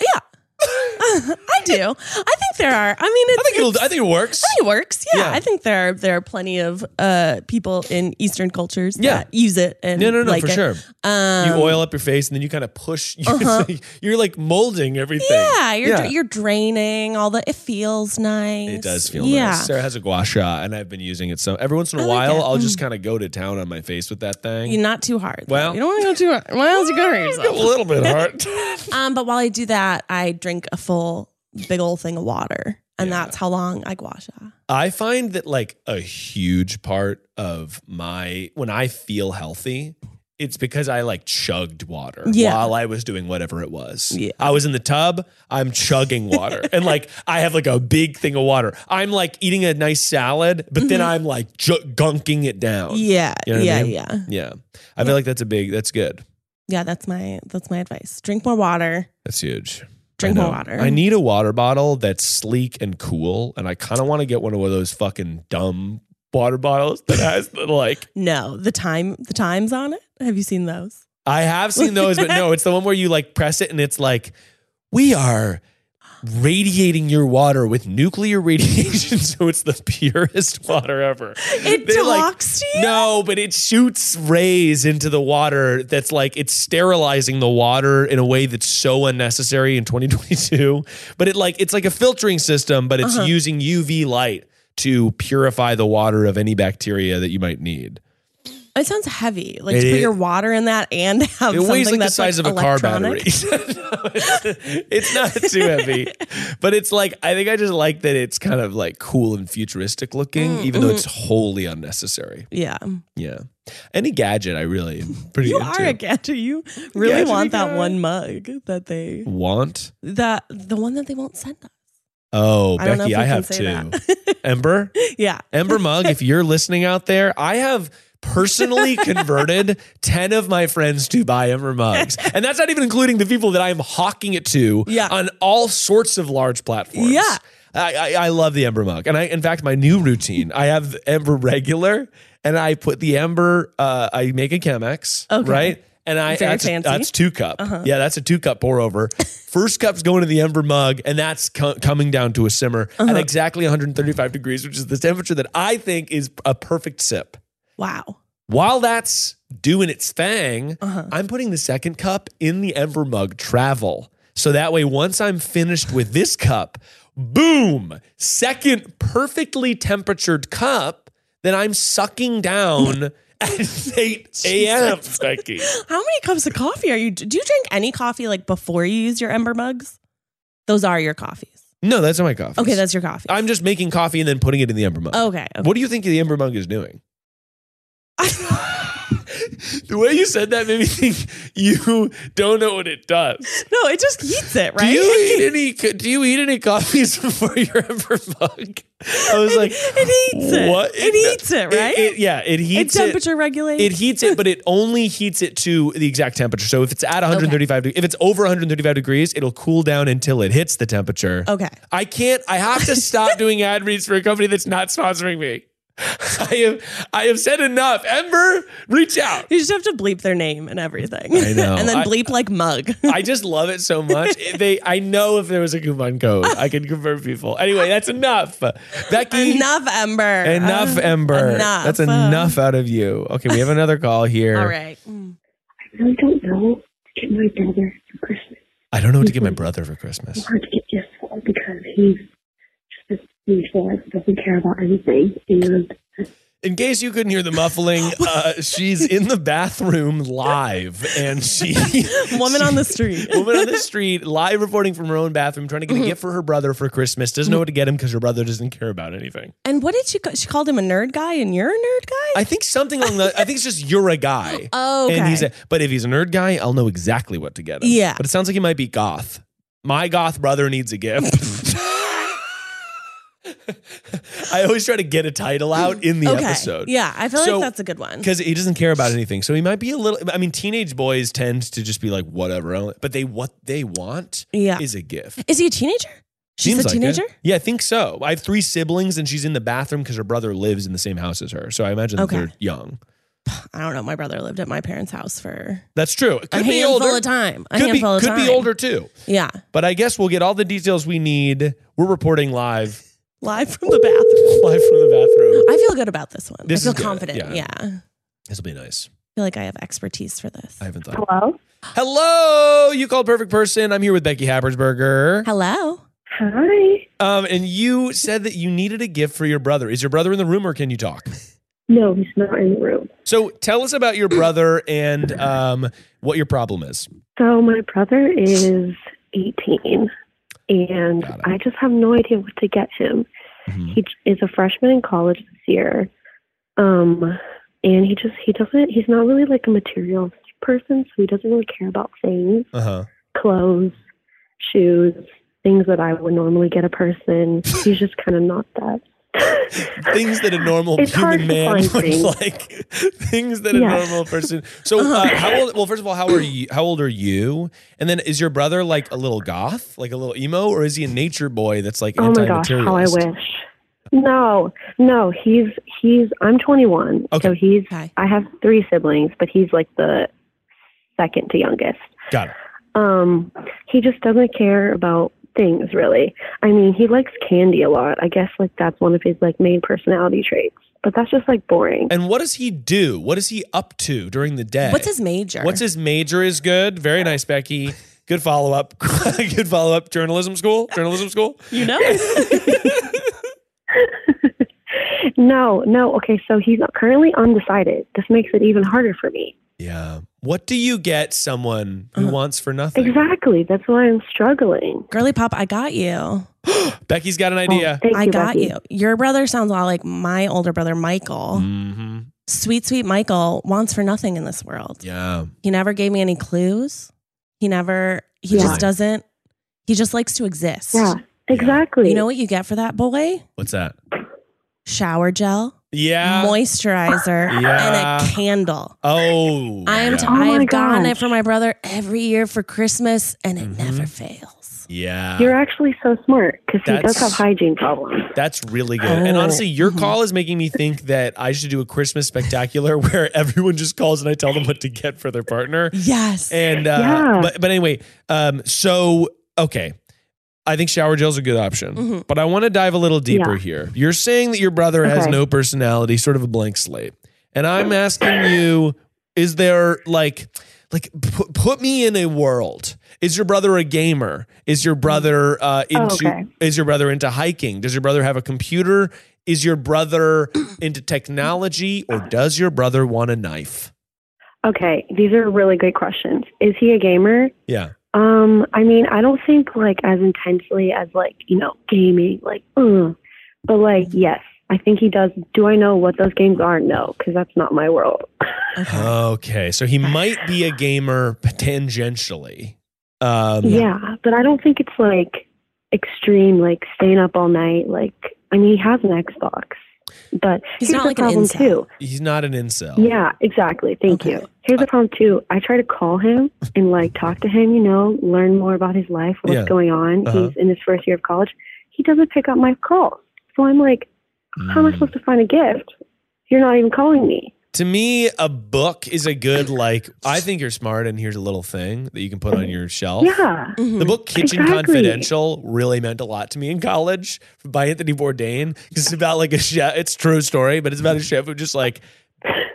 [SPEAKER 3] I do. I think there are. I mean, it's,
[SPEAKER 2] I think it'll. I think it works.
[SPEAKER 3] I think it works. Yeah,
[SPEAKER 2] Yeah.
[SPEAKER 3] I think there are there are plenty of uh people in Eastern cultures
[SPEAKER 2] Yeah.
[SPEAKER 3] that use it and
[SPEAKER 2] No, no, no,
[SPEAKER 3] like
[SPEAKER 2] for
[SPEAKER 3] it.
[SPEAKER 2] sure.
[SPEAKER 3] Um,
[SPEAKER 2] you oil up your face and then you kind of push. You're,
[SPEAKER 3] Uh-huh.
[SPEAKER 2] like, you're like molding everything.
[SPEAKER 3] Yeah, you're
[SPEAKER 2] Yeah.
[SPEAKER 3] you're draining all the. It feels nice.
[SPEAKER 2] It does feel
[SPEAKER 3] yeah.
[SPEAKER 2] nice. Sarah has a gua sha, and I've been using it so every once in a
[SPEAKER 3] I like
[SPEAKER 2] while.
[SPEAKER 3] it.
[SPEAKER 2] I'll just kind of go to town on my face with that thing.
[SPEAKER 3] You're not too hard. though.
[SPEAKER 2] Well-
[SPEAKER 3] you don't want to go too hard. Why else you going
[SPEAKER 2] a
[SPEAKER 3] yourself?
[SPEAKER 2] little bit hard.
[SPEAKER 3] Um, but while I do that, I drink a full big old thing of water, and
[SPEAKER 2] Yeah.
[SPEAKER 3] that's how long I gua sha.
[SPEAKER 2] I find that like a huge part of my when I feel healthy it's because I like chugged water
[SPEAKER 3] Yeah.
[SPEAKER 2] while I was doing whatever it was.
[SPEAKER 3] Yeah.
[SPEAKER 2] I was in the tub, I'm chugging water. and like I have like a big thing of water. I'm like eating a nice salad, but then I'm like ju- gunking it down.
[SPEAKER 3] Mm-hmm. Yeah,
[SPEAKER 2] Oh, You know what I
[SPEAKER 3] yeah,
[SPEAKER 2] mean?
[SPEAKER 3] yeah,
[SPEAKER 2] Yeah. I feel like that's a big that's good.
[SPEAKER 3] yeah. That's my that's my advice. Drink more water.
[SPEAKER 2] That's huge.
[SPEAKER 3] Drink
[SPEAKER 2] I
[SPEAKER 3] more
[SPEAKER 2] know.
[SPEAKER 3] water.
[SPEAKER 2] I need a water bottle that's sleek and cool, and I kind of want to get one of those fucking dumb water bottles that has the, like.
[SPEAKER 3] no the time the times on it. Have you seen those?
[SPEAKER 2] I have seen those, but no, it's the one where you like press it and it's like, we are radiating your water with nuclear radiation, so it's the purest water ever.
[SPEAKER 3] It
[SPEAKER 2] They're like,
[SPEAKER 3] talks to you.
[SPEAKER 2] No, but it shoots rays into the water that's like it's sterilizing the water in a way that's so unnecessary in 2022. But it like it's like a filtering system, but it's using UV light to purify the water of any bacteria that you might need.
[SPEAKER 3] It sounds heavy. Like
[SPEAKER 2] It
[SPEAKER 3] to put
[SPEAKER 2] is-
[SPEAKER 3] your water in that and have
[SPEAKER 2] It
[SPEAKER 3] something
[SPEAKER 2] weighs like the
[SPEAKER 3] that's
[SPEAKER 2] size
[SPEAKER 3] like
[SPEAKER 2] of a car battery.
[SPEAKER 3] electronic.
[SPEAKER 2] No, it's, it's not too heavy, but it's like I think I just like that it's kind of like cool and futuristic looking,
[SPEAKER 3] Mm,
[SPEAKER 2] even
[SPEAKER 3] mm-hmm.
[SPEAKER 2] though it's wholly unnecessary.
[SPEAKER 3] Yeah,
[SPEAKER 2] Yeah, any gadget I really am pretty
[SPEAKER 3] you
[SPEAKER 2] into.
[SPEAKER 3] are a gadget. You really
[SPEAKER 2] Gadgety
[SPEAKER 3] want that
[SPEAKER 2] guy.
[SPEAKER 3] one mug that they
[SPEAKER 2] Want?
[SPEAKER 3] that the one that they won't send us.
[SPEAKER 2] Oh,
[SPEAKER 3] I don't know
[SPEAKER 2] Becky,
[SPEAKER 3] if we
[SPEAKER 2] I
[SPEAKER 3] can
[SPEAKER 2] have
[SPEAKER 3] say
[SPEAKER 2] two.
[SPEAKER 3] that.
[SPEAKER 2] Ember,
[SPEAKER 3] yeah,
[SPEAKER 2] Ember Mug, if you're listening out there, I have personally converted 10 of my friends to buy Ember Mugs. And that's not even including the people that I'm hawking it to
[SPEAKER 3] Yeah.
[SPEAKER 2] on all sorts of large platforms.
[SPEAKER 3] Yeah.
[SPEAKER 2] I, I, I love the Ember Mug. And I, in fact, my new routine, I have the Ember Regular and I put the Ember, uh, I make a Chemex,
[SPEAKER 3] Okay.
[SPEAKER 2] right? And I,
[SPEAKER 3] Very
[SPEAKER 2] that's, a-
[SPEAKER 3] fancy. Uh-huh.
[SPEAKER 2] that's two cup. Yeah, that's a two cup pour over. First cup's going to the ember mug, and that's co- coming down to a simmer
[SPEAKER 3] Uh-huh.
[SPEAKER 2] at exactly 135 degrees, which is the temperature that I think is a perfect sip.
[SPEAKER 3] wow.
[SPEAKER 2] While that's doing its thing,
[SPEAKER 3] Uh-huh.
[SPEAKER 2] I'm putting the second cup in the ember mug travel. So that way, once I'm finished with this cup, boom, second perfectly temperatured cup that I'm sucking down at 8 a.m. Becky.
[SPEAKER 3] How many cups of coffee are you? Do you drink any coffee like before you use your ember mugs? Those are your coffees.
[SPEAKER 2] No, that's not my coffee.
[SPEAKER 3] Okay, that's your coffee.
[SPEAKER 2] I'm just making coffee and then putting it in the ember mug.
[SPEAKER 3] okay. Oh, okay.
[SPEAKER 2] What do you think the ember mug is doing? the way you said that made me think you don't know what it does.
[SPEAKER 3] no, it just heats it, right?
[SPEAKER 2] Do you eat any? co- Do you eat any coffees before your ember mug? I was like,
[SPEAKER 3] it heats it.
[SPEAKER 2] What?
[SPEAKER 3] It heats it, right?
[SPEAKER 2] yeah, it
[SPEAKER 3] it
[SPEAKER 2] heats it.
[SPEAKER 3] temperature regulates.
[SPEAKER 2] It heats it, but it only heats it to the exact temperature. So if it's at 135, de- if it's over 135 degrees, it'll cool down until it hits the temperature.
[SPEAKER 3] Okay.
[SPEAKER 2] I can't. I have to stop doing ad reads for a company that's not sponsoring me. I have. I have said enough. Ember, reach out.
[SPEAKER 3] You just have to bleep their name and everything.
[SPEAKER 2] I know.
[SPEAKER 3] and then
[SPEAKER 2] I-
[SPEAKER 3] bleep like mug.
[SPEAKER 2] I just love it so much. They. I know if there was a coupon code, I could convert people. Anyway, that's enough. Becky.
[SPEAKER 3] enough, Ember.
[SPEAKER 2] Enough,
[SPEAKER 3] Uh,
[SPEAKER 2] Ember.
[SPEAKER 3] Enough.
[SPEAKER 2] That's enough out of you. Okay, we have another call here.
[SPEAKER 3] All right.
[SPEAKER 6] I really don't know what to get my brother for Christmas.
[SPEAKER 2] I don't know what to get my brother for Christmas.
[SPEAKER 6] It's hard to get gifts for because he's just a usual, like, doesn't care about anything. And
[SPEAKER 2] In case you couldn't hear the muffling, uh, she's in the bathroom live, and she
[SPEAKER 3] Woman on the street. Mm-hmm.
[SPEAKER 2] woman on the street live reporting from her own bathroom, trying to get a gift for her brother for Christmas. Doesn't know what to get him because her brother doesn't care about anything.
[SPEAKER 3] And what did she? ca- She called him a nerd guy, and you're a nerd guy.
[SPEAKER 2] I think something along the. I think it's just you're a guy.
[SPEAKER 3] Oh, okay.
[SPEAKER 2] And he's a, but if he's a nerd guy, I'll know exactly what to get him.
[SPEAKER 3] Yeah.
[SPEAKER 2] But it sounds like he might be goth. My goth brother needs a gift. I always try to get a title out in the
[SPEAKER 3] okay.
[SPEAKER 2] episode.
[SPEAKER 3] Yeah, I feel
[SPEAKER 2] So-
[SPEAKER 3] like that's a good one.
[SPEAKER 2] because he doesn't care about anything. So he might be a little. I mean, teenage boys tend to just be like whatever, but they what they want
[SPEAKER 3] Yeah.
[SPEAKER 2] is a gift.
[SPEAKER 3] Is he a teenager? She's
[SPEAKER 2] Seems
[SPEAKER 3] a
[SPEAKER 2] like it.
[SPEAKER 3] teenager.
[SPEAKER 2] Yeah, I think so. I have three siblings, and she's in the bathroom because her brother lives in the same house as her. So I imagine that
[SPEAKER 3] Okay.
[SPEAKER 2] they're young.
[SPEAKER 3] I don't know. My brother lived at my parents' house for
[SPEAKER 2] That's true. It
[SPEAKER 3] a
[SPEAKER 2] could be
[SPEAKER 3] handful
[SPEAKER 2] older.
[SPEAKER 3] of time. A
[SPEAKER 2] Could be
[SPEAKER 3] handful of
[SPEAKER 2] could
[SPEAKER 3] time.
[SPEAKER 2] be older too.
[SPEAKER 3] Yeah,
[SPEAKER 2] But I guess we'll get all the details we need. We're reporting live
[SPEAKER 3] live from the bathroom.
[SPEAKER 2] live from the bathroom.
[SPEAKER 3] I feel good about this one.
[SPEAKER 2] This
[SPEAKER 3] I feel
[SPEAKER 2] is good.
[SPEAKER 3] confident.
[SPEAKER 2] Yeah.
[SPEAKER 3] Yeah. I
[SPEAKER 2] This will be nice.
[SPEAKER 3] feel like I have expertise for this.
[SPEAKER 2] I haven't thought.
[SPEAKER 6] hello,
[SPEAKER 2] Hello, you called perfect person. I'm here with Becky Habersberger.
[SPEAKER 3] Hello.
[SPEAKER 6] hi.
[SPEAKER 2] Um, and you said that you needed a gift for your brother. Is your brother in the room or can you talk?
[SPEAKER 6] No, he's not in the room.
[SPEAKER 2] So tell us about your brother and um, what your problem is.
[SPEAKER 6] So my brother is 18, and
[SPEAKER 2] Got it.
[SPEAKER 6] I just have no idea what to get him.
[SPEAKER 2] Mhm.
[SPEAKER 6] He j- is a freshman in college this year. Um, and he just he doesn't he's not really like a material person, so he doesn't really care about things,
[SPEAKER 2] Uh huh.
[SPEAKER 6] clothes, shoes, things that I would normally get a person. he's just kind of not that.
[SPEAKER 2] Things that a normal
[SPEAKER 6] It's hard
[SPEAKER 2] human
[SPEAKER 6] to
[SPEAKER 2] man
[SPEAKER 6] find
[SPEAKER 2] would
[SPEAKER 6] things.
[SPEAKER 2] like. Things that a
[SPEAKER 6] Yeah.
[SPEAKER 2] normal person. So, uh,
[SPEAKER 3] Uh-huh.
[SPEAKER 2] how old? Well, first of all, how are you? How old are you? And then, is your brother like a little goth, like a little emo, or is he a nature boy that's like
[SPEAKER 6] Oh my gosh, how I
[SPEAKER 2] anti-materialist?
[SPEAKER 6] wish. No, no, he's he's I'm 21, so he's
[SPEAKER 3] Hi.
[SPEAKER 6] I have three siblings, but he's like the second to youngest.
[SPEAKER 2] Got it.
[SPEAKER 6] Um, he just doesn't care about things really. I mean, he likes candy a lot. I guess like that's one of his like main personality traits. But that's just like boring.
[SPEAKER 2] And what does he do? What is he up to during the day?
[SPEAKER 3] What's his major?
[SPEAKER 2] What's his major is good. Very nice, Becky. Good follow up. good follow up. Journalism school. Journalism school.
[SPEAKER 3] You know?
[SPEAKER 6] No, no. Okay, so he's currently undecided. This makes it even harder for me.
[SPEAKER 2] Yeah. What do you get someone
[SPEAKER 3] Uh-huh.
[SPEAKER 2] who wants for nothing?
[SPEAKER 6] Exactly. That's why I'm struggling.
[SPEAKER 3] Girly pop, I got you.
[SPEAKER 2] Becky's got an idea.
[SPEAKER 6] Thank
[SPEAKER 3] I
[SPEAKER 6] you,
[SPEAKER 3] got
[SPEAKER 6] Becky.
[SPEAKER 3] you. Your brother sounds a lot like my older brother, Michael.
[SPEAKER 2] Mm-hmm.
[SPEAKER 3] Sweet, sweet Michael wants for nothing in this world.
[SPEAKER 2] Yeah.
[SPEAKER 3] He never gave me any clues. He never, he
[SPEAKER 6] Yeah.
[SPEAKER 3] just doesn't, he just likes to exist.
[SPEAKER 6] Yeah, exactly.
[SPEAKER 3] You know what you get for that boy?
[SPEAKER 2] What's that?
[SPEAKER 3] Shower gel,
[SPEAKER 2] Yeah.
[SPEAKER 3] moisturizer,
[SPEAKER 2] Yeah.
[SPEAKER 3] and a candle.
[SPEAKER 2] oh.
[SPEAKER 3] I am.
[SPEAKER 2] Yeah.
[SPEAKER 3] T-
[SPEAKER 6] Oh
[SPEAKER 3] I
[SPEAKER 6] my
[SPEAKER 3] have gotten it
[SPEAKER 6] gosh.
[SPEAKER 3] for my brother every year for Christmas, and it
[SPEAKER 2] Mhm.
[SPEAKER 3] never fails.
[SPEAKER 2] yeah.
[SPEAKER 6] You're actually so smart because he does
[SPEAKER 2] That's-
[SPEAKER 6] have hygiene problems.
[SPEAKER 2] That's really good. And
[SPEAKER 3] Oh.
[SPEAKER 2] honestly, your
[SPEAKER 3] Mhm.
[SPEAKER 2] call is making me think that I should do a Christmas spectacular where everyone just calls and I tell them what to get for their partner.
[SPEAKER 3] Yes.
[SPEAKER 2] And uh,
[SPEAKER 6] Yeah.
[SPEAKER 2] but but anyway, um, so okay, I think shower gel's a good option,
[SPEAKER 3] Mhm.
[SPEAKER 2] but I want to dive a little deeper
[SPEAKER 6] Yeah.
[SPEAKER 2] here. You're saying that your brother has
[SPEAKER 6] Okay.
[SPEAKER 2] no personality, sort of a blank slate, and I'm asking you, is there like like put, put me in a world? Is your brother a gamer? Is your brother uh,
[SPEAKER 6] Oh,
[SPEAKER 2] into
[SPEAKER 6] okay.
[SPEAKER 2] is your brother into hiking? Does your brother have a computer? Is your brother into technology or does your brother want a knife?
[SPEAKER 6] Okay, these are really good questions. Is he a gamer?
[SPEAKER 2] Yeah.
[SPEAKER 6] Um, I mean, I don't think like as intensely as like you know gaming, like, ugh. but like yes, I think he does. Do I know what those games are? No, because that's not my world.
[SPEAKER 3] Okay.
[SPEAKER 2] Okay, so he might be a gamer tangentially. Um,
[SPEAKER 6] yeah, ah, but I don't think it's like extreme, like staying up all night. Like, I mean, he has an Xbox, but
[SPEAKER 3] He's
[SPEAKER 6] here's
[SPEAKER 3] not
[SPEAKER 6] the
[SPEAKER 3] like an
[SPEAKER 6] problem
[SPEAKER 3] incel.
[SPEAKER 6] too.
[SPEAKER 2] he's not an incel.
[SPEAKER 6] Yeah, exactly. Thank
[SPEAKER 3] Okay.
[SPEAKER 6] you. Here's the problem too. I try to call him and like talk to him, you know, learn more about his life, what's
[SPEAKER 2] Yeah.
[SPEAKER 6] going on.
[SPEAKER 2] Uh-huh.
[SPEAKER 6] He's in his first year of college. He doesn't pick up my calls. So I'm like, how
[SPEAKER 2] Mm.
[SPEAKER 6] am I supposed to find a gift? You're not even calling me.
[SPEAKER 2] To me, a book is a good like. I think you're smart, and here's a little thing that you can put on your shelf.
[SPEAKER 6] Yeah.
[SPEAKER 2] The book Kitchen
[SPEAKER 6] Mm-hmm. Exactly.
[SPEAKER 2] Confidential really meant a lot to me in college by Anthony Bourdain. 'cause It's about like a chef. It's a true story, but it's about a chef who just like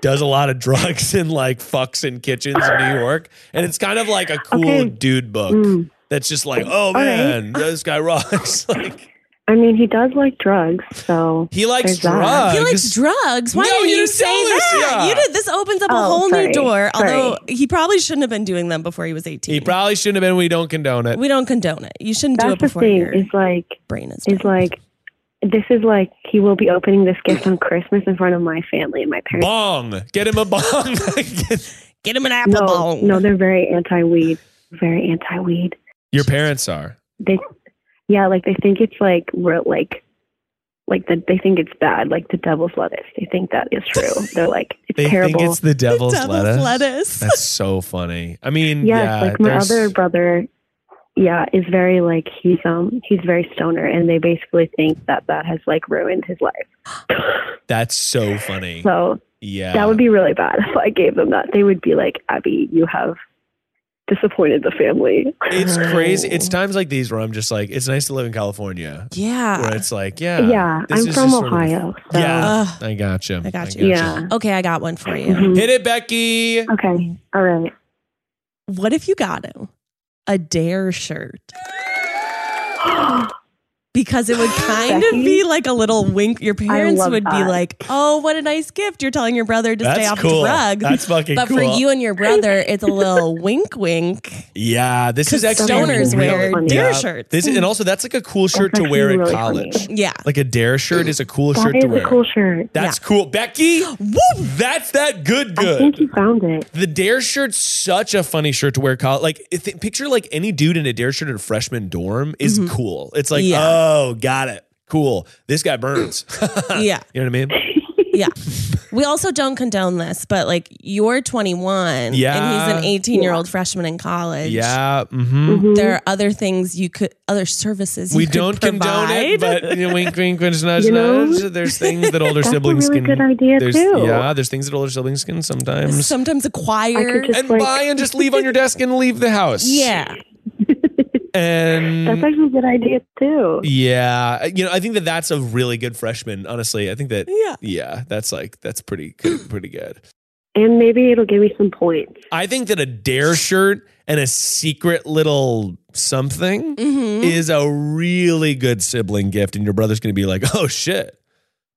[SPEAKER 2] does a lot of drugs and like fucks in kitchens in New York. And it's kind of like a cool
[SPEAKER 6] Okay.
[SPEAKER 2] dude book
[SPEAKER 6] Mm.
[SPEAKER 2] that's just like, oh
[SPEAKER 6] right.
[SPEAKER 2] man, this guy rocks. like
[SPEAKER 6] I mean, he does like drugs, so
[SPEAKER 2] he likes
[SPEAKER 6] There's that.
[SPEAKER 2] drugs.
[SPEAKER 3] He likes drugs. Why
[SPEAKER 2] Uh, No,
[SPEAKER 3] didn't
[SPEAKER 2] you
[SPEAKER 3] you,
[SPEAKER 2] didn't
[SPEAKER 3] say
[SPEAKER 2] tell us.
[SPEAKER 3] that?
[SPEAKER 2] Yeah.
[SPEAKER 3] You did. This opens up a
[SPEAKER 6] Oh,
[SPEAKER 3] whole
[SPEAKER 6] sorry.
[SPEAKER 3] new door.
[SPEAKER 6] Sorry.
[SPEAKER 3] Although he probably shouldn't have been doing them before he was eighteen.
[SPEAKER 2] He probably shouldn't have been. We don't condone it.
[SPEAKER 3] we don't condone it. You shouldn't do
[SPEAKER 6] that's
[SPEAKER 3] it
[SPEAKER 6] the
[SPEAKER 3] before
[SPEAKER 6] thing.
[SPEAKER 3] your
[SPEAKER 6] Is like,
[SPEAKER 3] brain is.
[SPEAKER 6] is
[SPEAKER 3] dead.
[SPEAKER 6] like, this is like he will be opening this gift on Christmas in front of my family and my parents.
[SPEAKER 2] Bong. Get him a bong.
[SPEAKER 3] get him an apple
[SPEAKER 6] No,
[SPEAKER 3] bone.
[SPEAKER 6] no, they're very anti-weed. Very anti-weed.
[SPEAKER 2] Your parents are.
[SPEAKER 6] they yeah like they think it's like real like like that they think it's bad like the devil's lettuce they think that is true they're like it's
[SPEAKER 2] They
[SPEAKER 6] terrible
[SPEAKER 2] think it's the devil's,
[SPEAKER 3] Devil's
[SPEAKER 2] lettuce.
[SPEAKER 3] lettuce.
[SPEAKER 2] That's so funny. I mean,
[SPEAKER 6] yes
[SPEAKER 2] yeah,
[SPEAKER 6] like my
[SPEAKER 2] there's-
[SPEAKER 6] other brother yeah is very like he's um he's very stoner and they basically think that that has like ruined his life
[SPEAKER 2] That's so funny.
[SPEAKER 6] so
[SPEAKER 2] yeah,
[SPEAKER 6] that would be really bad if i gave them that they would be like abby you have disappointed the family
[SPEAKER 2] It's crazy.
[SPEAKER 3] Oh.
[SPEAKER 2] It's times like these where I'm just like, it's nice to live in California,
[SPEAKER 3] yeah.
[SPEAKER 2] where it's like, yeah,
[SPEAKER 6] yeah
[SPEAKER 2] this
[SPEAKER 6] i'm
[SPEAKER 2] is
[SPEAKER 6] from
[SPEAKER 2] just sort of-
[SPEAKER 6] ohio so
[SPEAKER 2] Yeah.
[SPEAKER 3] Ugh.
[SPEAKER 2] I got you.
[SPEAKER 3] I got you.
[SPEAKER 6] yeah
[SPEAKER 3] okay, I got one for you.
[SPEAKER 6] Mhm.
[SPEAKER 2] Hit it, Becky.
[SPEAKER 6] okay all right Mm-hmm.
[SPEAKER 3] What if you got him a dare shirt? because it would kind of be like a little wink. Your parents
[SPEAKER 6] love
[SPEAKER 3] would be
[SPEAKER 6] that.
[SPEAKER 3] like, "Oh, what a nice gift! You're telling your brother to stay
[SPEAKER 2] That's
[SPEAKER 3] off
[SPEAKER 2] cool.
[SPEAKER 3] the drug."
[SPEAKER 2] That's fucking
[SPEAKER 3] But for
[SPEAKER 2] cool.
[SPEAKER 3] you and your brother, it's a little wink, wink.
[SPEAKER 2] Yeah, this is actually
[SPEAKER 3] stoners
[SPEAKER 2] really-
[SPEAKER 3] wear
[SPEAKER 6] funny.
[SPEAKER 3] dare
[SPEAKER 2] Yeah.
[SPEAKER 3] shirts.
[SPEAKER 2] This is, and also that's like a cool shirt to
[SPEAKER 6] actually
[SPEAKER 2] wear in
[SPEAKER 6] really
[SPEAKER 2] college.
[SPEAKER 6] funny.
[SPEAKER 3] Yeah.
[SPEAKER 2] Like a dare shirt is a cool
[SPEAKER 6] That
[SPEAKER 2] shirt
[SPEAKER 6] is
[SPEAKER 2] to
[SPEAKER 6] a
[SPEAKER 2] wear.
[SPEAKER 6] cool shirt.
[SPEAKER 2] That's cool, Becky. That's that good
[SPEAKER 6] I think
[SPEAKER 2] good.
[SPEAKER 6] you found it.
[SPEAKER 2] The dare shirt's such a funny shirt to wear. College, like I thi- picture like any dude in a dare shirt in a freshman dorm is
[SPEAKER 6] Mm-hmm.
[SPEAKER 2] cool. It's like
[SPEAKER 3] Yeah.
[SPEAKER 2] oh, got it. Cool. This guy burns.
[SPEAKER 3] Yeah.
[SPEAKER 2] you know what I mean?
[SPEAKER 3] yeah. We also don't condone this, but like you're 21
[SPEAKER 2] Yeah.
[SPEAKER 3] and he's an 18 year old freshman in college.
[SPEAKER 2] Yeah. hmm
[SPEAKER 6] Mm-hmm.
[SPEAKER 3] There are other things you could, other services you
[SPEAKER 2] We
[SPEAKER 3] could
[SPEAKER 2] don't condone it,
[SPEAKER 3] provide.
[SPEAKER 2] but you know, wink, wink, wink, nudge,
[SPEAKER 6] You know?
[SPEAKER 2] nudge. There's things that older
[SPEAKER 6] That's a
[SPEAKER 2] siblings
[SPEAKER 6] really
[SPEAKER 2] can.
[SPEAKER 6] good idea,
[SPEAKER 2] there's,
[SPEAKER 6] too.
[SPEAKER 2] Yeah, there's things that older siblings can sometimes.
[SPEAKER 3] sometimes acquire.
[SPEAKER 6] could just-
[SPEAKER 2] and
[SPEAKER 6] like-
[SPEAKER 2] buy and just leave on your desk and leave the house.
[SPEAKER 3] yeah.
[SPEAKER 6] That's
[SPEAKER 2] And
[SPEAKER 6] actually a good idea too.
[SPEAKER 2] yeah, you know, I think that that's a really good freshman. Honestly, I think that
[SPEAKER 3] Yeah.
[SPEAKER 2] yeah, that's like that's pretty good, pretty good.
[SPEAKER 6] And maybe it'll give me some points.
[SPEAKER 2] I think that a dare shirt and a secret little something
[SPEAKER 3] Mm. Mm-hmm.
[SPEAKER 2] is a really good sibling gift, and your brother's going to be like, "Oh shit,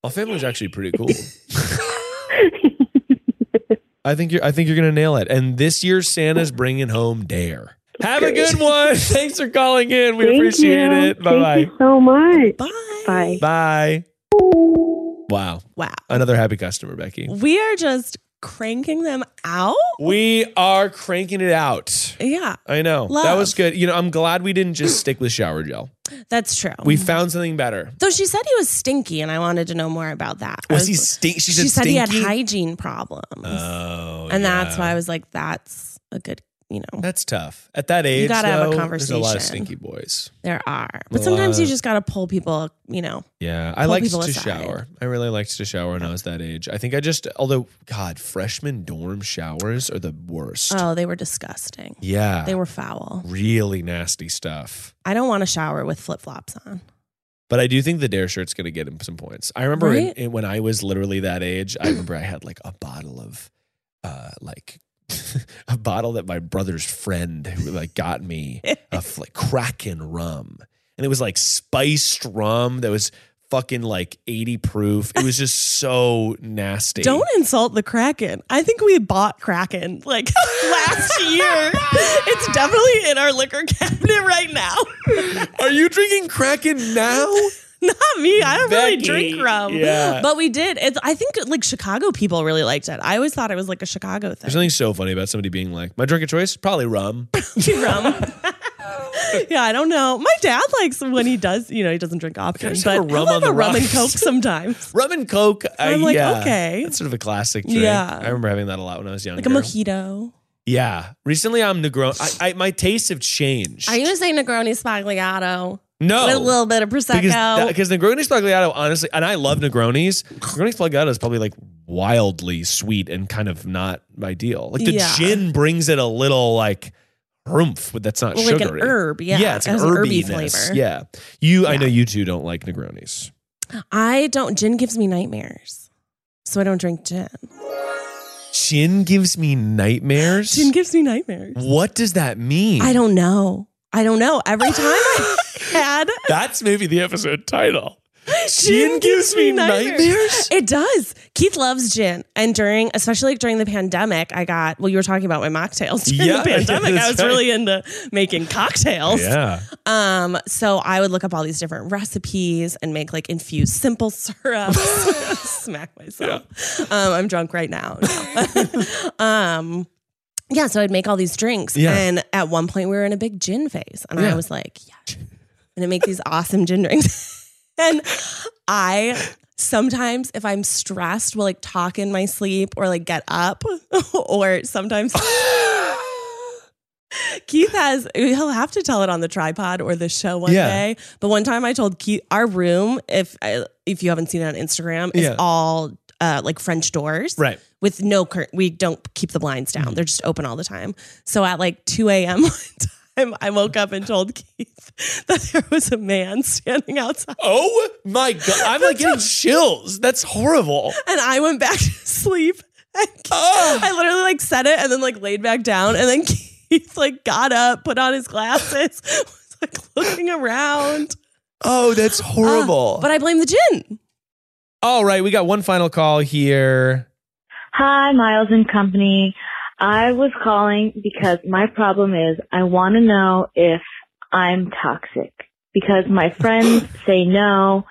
[SPEAKER 2] my family's actually pretty cool." I think you're. I think you're going to nail it. And this year, Santa's bringing home dare. Have a good one. Thanks for calling in. We
[SPEAKER 6] Thank
[SPEAKER 2] appreciate
[SPEAKER 6] you.
[SPEAKER 2] it. Bye bye.
[SPEAKER 6] Thank you so much. Bye.
[SPEAKER 3] Bye.
[SPEAKER 2] Bye. Wow,
[SPEAKER 3] Wow.
[SPEAKER 2] another happy customer, Becky.
[SPEAKER 3] We are just cranking them out.
[SPEAKER 2] We are cranking it out.
[SPEAKER 3] Yeah,
[SPEAKER 2] I know that
[SPEAKER 3] Love.
[SPEAKER 2] was good. You know, I'm glad we didn't just stick with shower gel.
[SPEAKER 3] that's true.
[SPEAKER 2] We found something better.
[SPEAKER 3] Though she said he was stinky, and I wanted to know more about that. I
[SPEAKER 2] Was he stink? She,
[SPEAKER 3] She,
[SPEAKER 2] said,
[SPEAKER 3] said he had
[SPEAKER 2] stinky.
[SPEAKER 3] hygiene problems,
[SPEAKER 2] Oh,
[SPEAKER 3] and
[SPEAKER 2] yeah.
[SPEAKER 3] that's why I was like, "That's a good." You know,
[SPEAKER 2] That's tough. At that age,
[SPEAKER 3] gotta have a
[SPEAKER 2] though, There's a lot of
[SPEAKER 3] conversation.
[SPEAKER 2] stinky boys.
[SPEAKER 3] there are, but sometimes
[SPEAKER 2] uh,
[SPEAKER 3] you just gotta pull people. You know,
[SPEAKER 2] Yeah, I
[SPEAKER 3] Pull
[SPEAKER 2] liked to
[SPEAKER 3] people aside.
[SPEAKER 2] shower. I really liked to shower when I was that age. I think I just, although God, freshman dorm showers are the worst.
[SPEAKER 3] oh, they were disgusting.
[SPEAKER 2] yeah,
[SPEAKER 3] They were foul.
[SPEAKER 2] really nasty stuff.
[SPEAKER 3] I don't want to shower with flip flops on.
[SPEAKER 2] But I do think the dare shirt's going to get him some points. I remember in-
[SPEAKER 3] Right?
[SPEAKER 2] in- when I was literally that age. I remember I had like a bottle of, uh, like. a bottle that my brother's friend who like got me of like Kraken rum. And it was like spiced rum that was fucking like 80 proof. It was just so nasty.
[SPEAKER 3] Don't insult the Kraken. I think we bought Kraken like last year. it's definitely in our liquor cabinet right now.
[SPEAKER 2] Are you drinking Kraken now?
[SPEAKER 3] Not me. I don't really
[SPEAKER 2] Becky,
[SPEAKER 3] drink rum.
[SPEAKER 2] yeah.
[SPEAKER 3] But we did. It's, I think like Chicago people really liked it. I always thought it was like a Chicago
[SPEAKER 2] There's
[SPEAKER 3] thing.
[SPEAKER 2] something so funny about somebody being like, my drink of choice? Probably rum.
[SPEAKER 3] rum. yeah, I don't know. My dad likes when he does, you know, he doesn't drink often.
[SPEAKER 2] just
[SPEAKER 3] But
[SPEAKER 2] have a rum on
[SPEAKER 3] he'll have
[SPEAKER 2] the
[SPEAKER 3] a rum and
[SPEAKER 2] rocks.
[SPEAKER 3] coke sometimes.
[SPEAKER 2] rum and Coke. I-
[SPEAKER 3] I'm like,
[SPEAKER 2] yeah.
[SPEAKER 3] okay.
[SPEAKER 2] That's sort of a classic drink.
[SPEAKER 3] Yeah.
[SPEAKER 2] I remember having that a lot when I was younger.
[SPEAKER 3] Like a mojito.
[SPEAKER 2] Yeah. Recently, I'm Negroni. I, I, my tastes have changed.
[SPEAKER 3] Are you gonna say Negroni Spagliato?
[SPEAKER 2] No.
[SPEAKER 3] With a little bit of Prosecco.
[SPEAKER 2] Oh. because that- because Negroni Spagliato, honestly, and I love Negronis. Negroni Spagliato is probably like wildly sweet and kind of not ideal. Like the
[SPEAKER 3] Yeah.
[SPEAKER 2] gin brings it a little like oomph, but that's not
[SPEAKER 3] Well, like an
[SPEAKER 2] sugary.
[SPEAKER 3] herb, yeah.
[SPEAKER 2] it's
[SPEAKER 3] It
[SPEAKER 2] an
[SPEAKER 3] has an herby
[SPEAKER 2] herbiness.
[SPEAKER 3] flavor.
[SPEAKER 2] Yeah, you. I know you two don't like Negronis.
[SPEAKER 3] I don't. Gin gives me nightmares, so I don't drink gin.
[SPEAKER 2] Gin gives me nightmares.
[SPEAKER 3] Gin gives me nightmares.
[SPEAKER 2] what does that mean?
[SPEAKER 3] I don't know. I don't know. Every time I had
[SPEAKER 2] That's maybe the episode title.
[SPEAKER 3] gin gives me nightmares. It does. Keith loves gin, and during, especially like during the pandemic, I got. Well, you were talking about my mocktails during
[SPEAKER 2] Yeah,
[SPEAKER 3] the pandemic.
[SPEAKER 2] that's
[SPEAKER 3] I was
[SPEAKER 2] right.
[SPEAKER 3] really into making cocktails.
[SPEAKER 2] Yeah.
[SPEAKER 3] Um, so I would look up all these different recipes and make like infused simple syrup. Smack myself. Um, I'm drunk right now. No. um, yeah, so I'd make all these drinks,
[SPEAKER 2] Yeah.
[SPEAKER 3] and at one point we were in a big gin phase, and
[SPEAKER 2] Yeah.
[SPEAKER 3] I was like, "Yeah, I'm gonna make these awesome gin drinks." and I sometimes, if I'm stressed, will like talk in my sleep or like get up, or sometimes. Keith has he'll have to tell it on the tripod or the show one
[SPEAKER 2] Yeah.
[SPEAKER 3] day. But one time I told Keith our room if if you haven't seen it on Instagram is
[SPEAKER 2] Yeah.
[SPEAKER 3] all uh, like French doors
[SPEAKER 2] Right. Mm-hmm.
[SPEAKER 3] with no current. We don't keep the blinds down; they're just open all the time. So at like two a.m. one time, I woke up and told Keith that there was a man standing outside,
[SPEAKER 2] Oh my god! I'm like getting chills. That's horrible.
[SPEAKER 3] and I went back to sleep. And Keith- I literally like said it and then like laid back down, and then Keith like got up, put on his glasses, was like looking around.
[SPEAKER 5] Oh, that's horrible.
[SPEAKER 3] Uh, But I blame the gin.
[SPEAKER 2] All right, we got one final call here.
[SPEAKER 7] Hi, Miles and company. I was calling because my problem is I want to know if I'm toxic because my friends say no,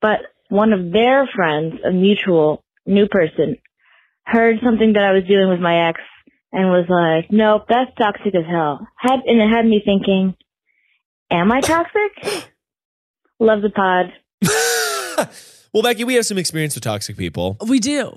[SPEAKER 7] but one of their friends, a mutual new person, heard something that I was doing with my ex and was like, nope, that's toxic as hell. Had, and it had me thinking, am I toxic? Love the pod.
[SPEAKER 2] Well, Becky, we have some experience with toxic people.
[SPEAKER 3] We do.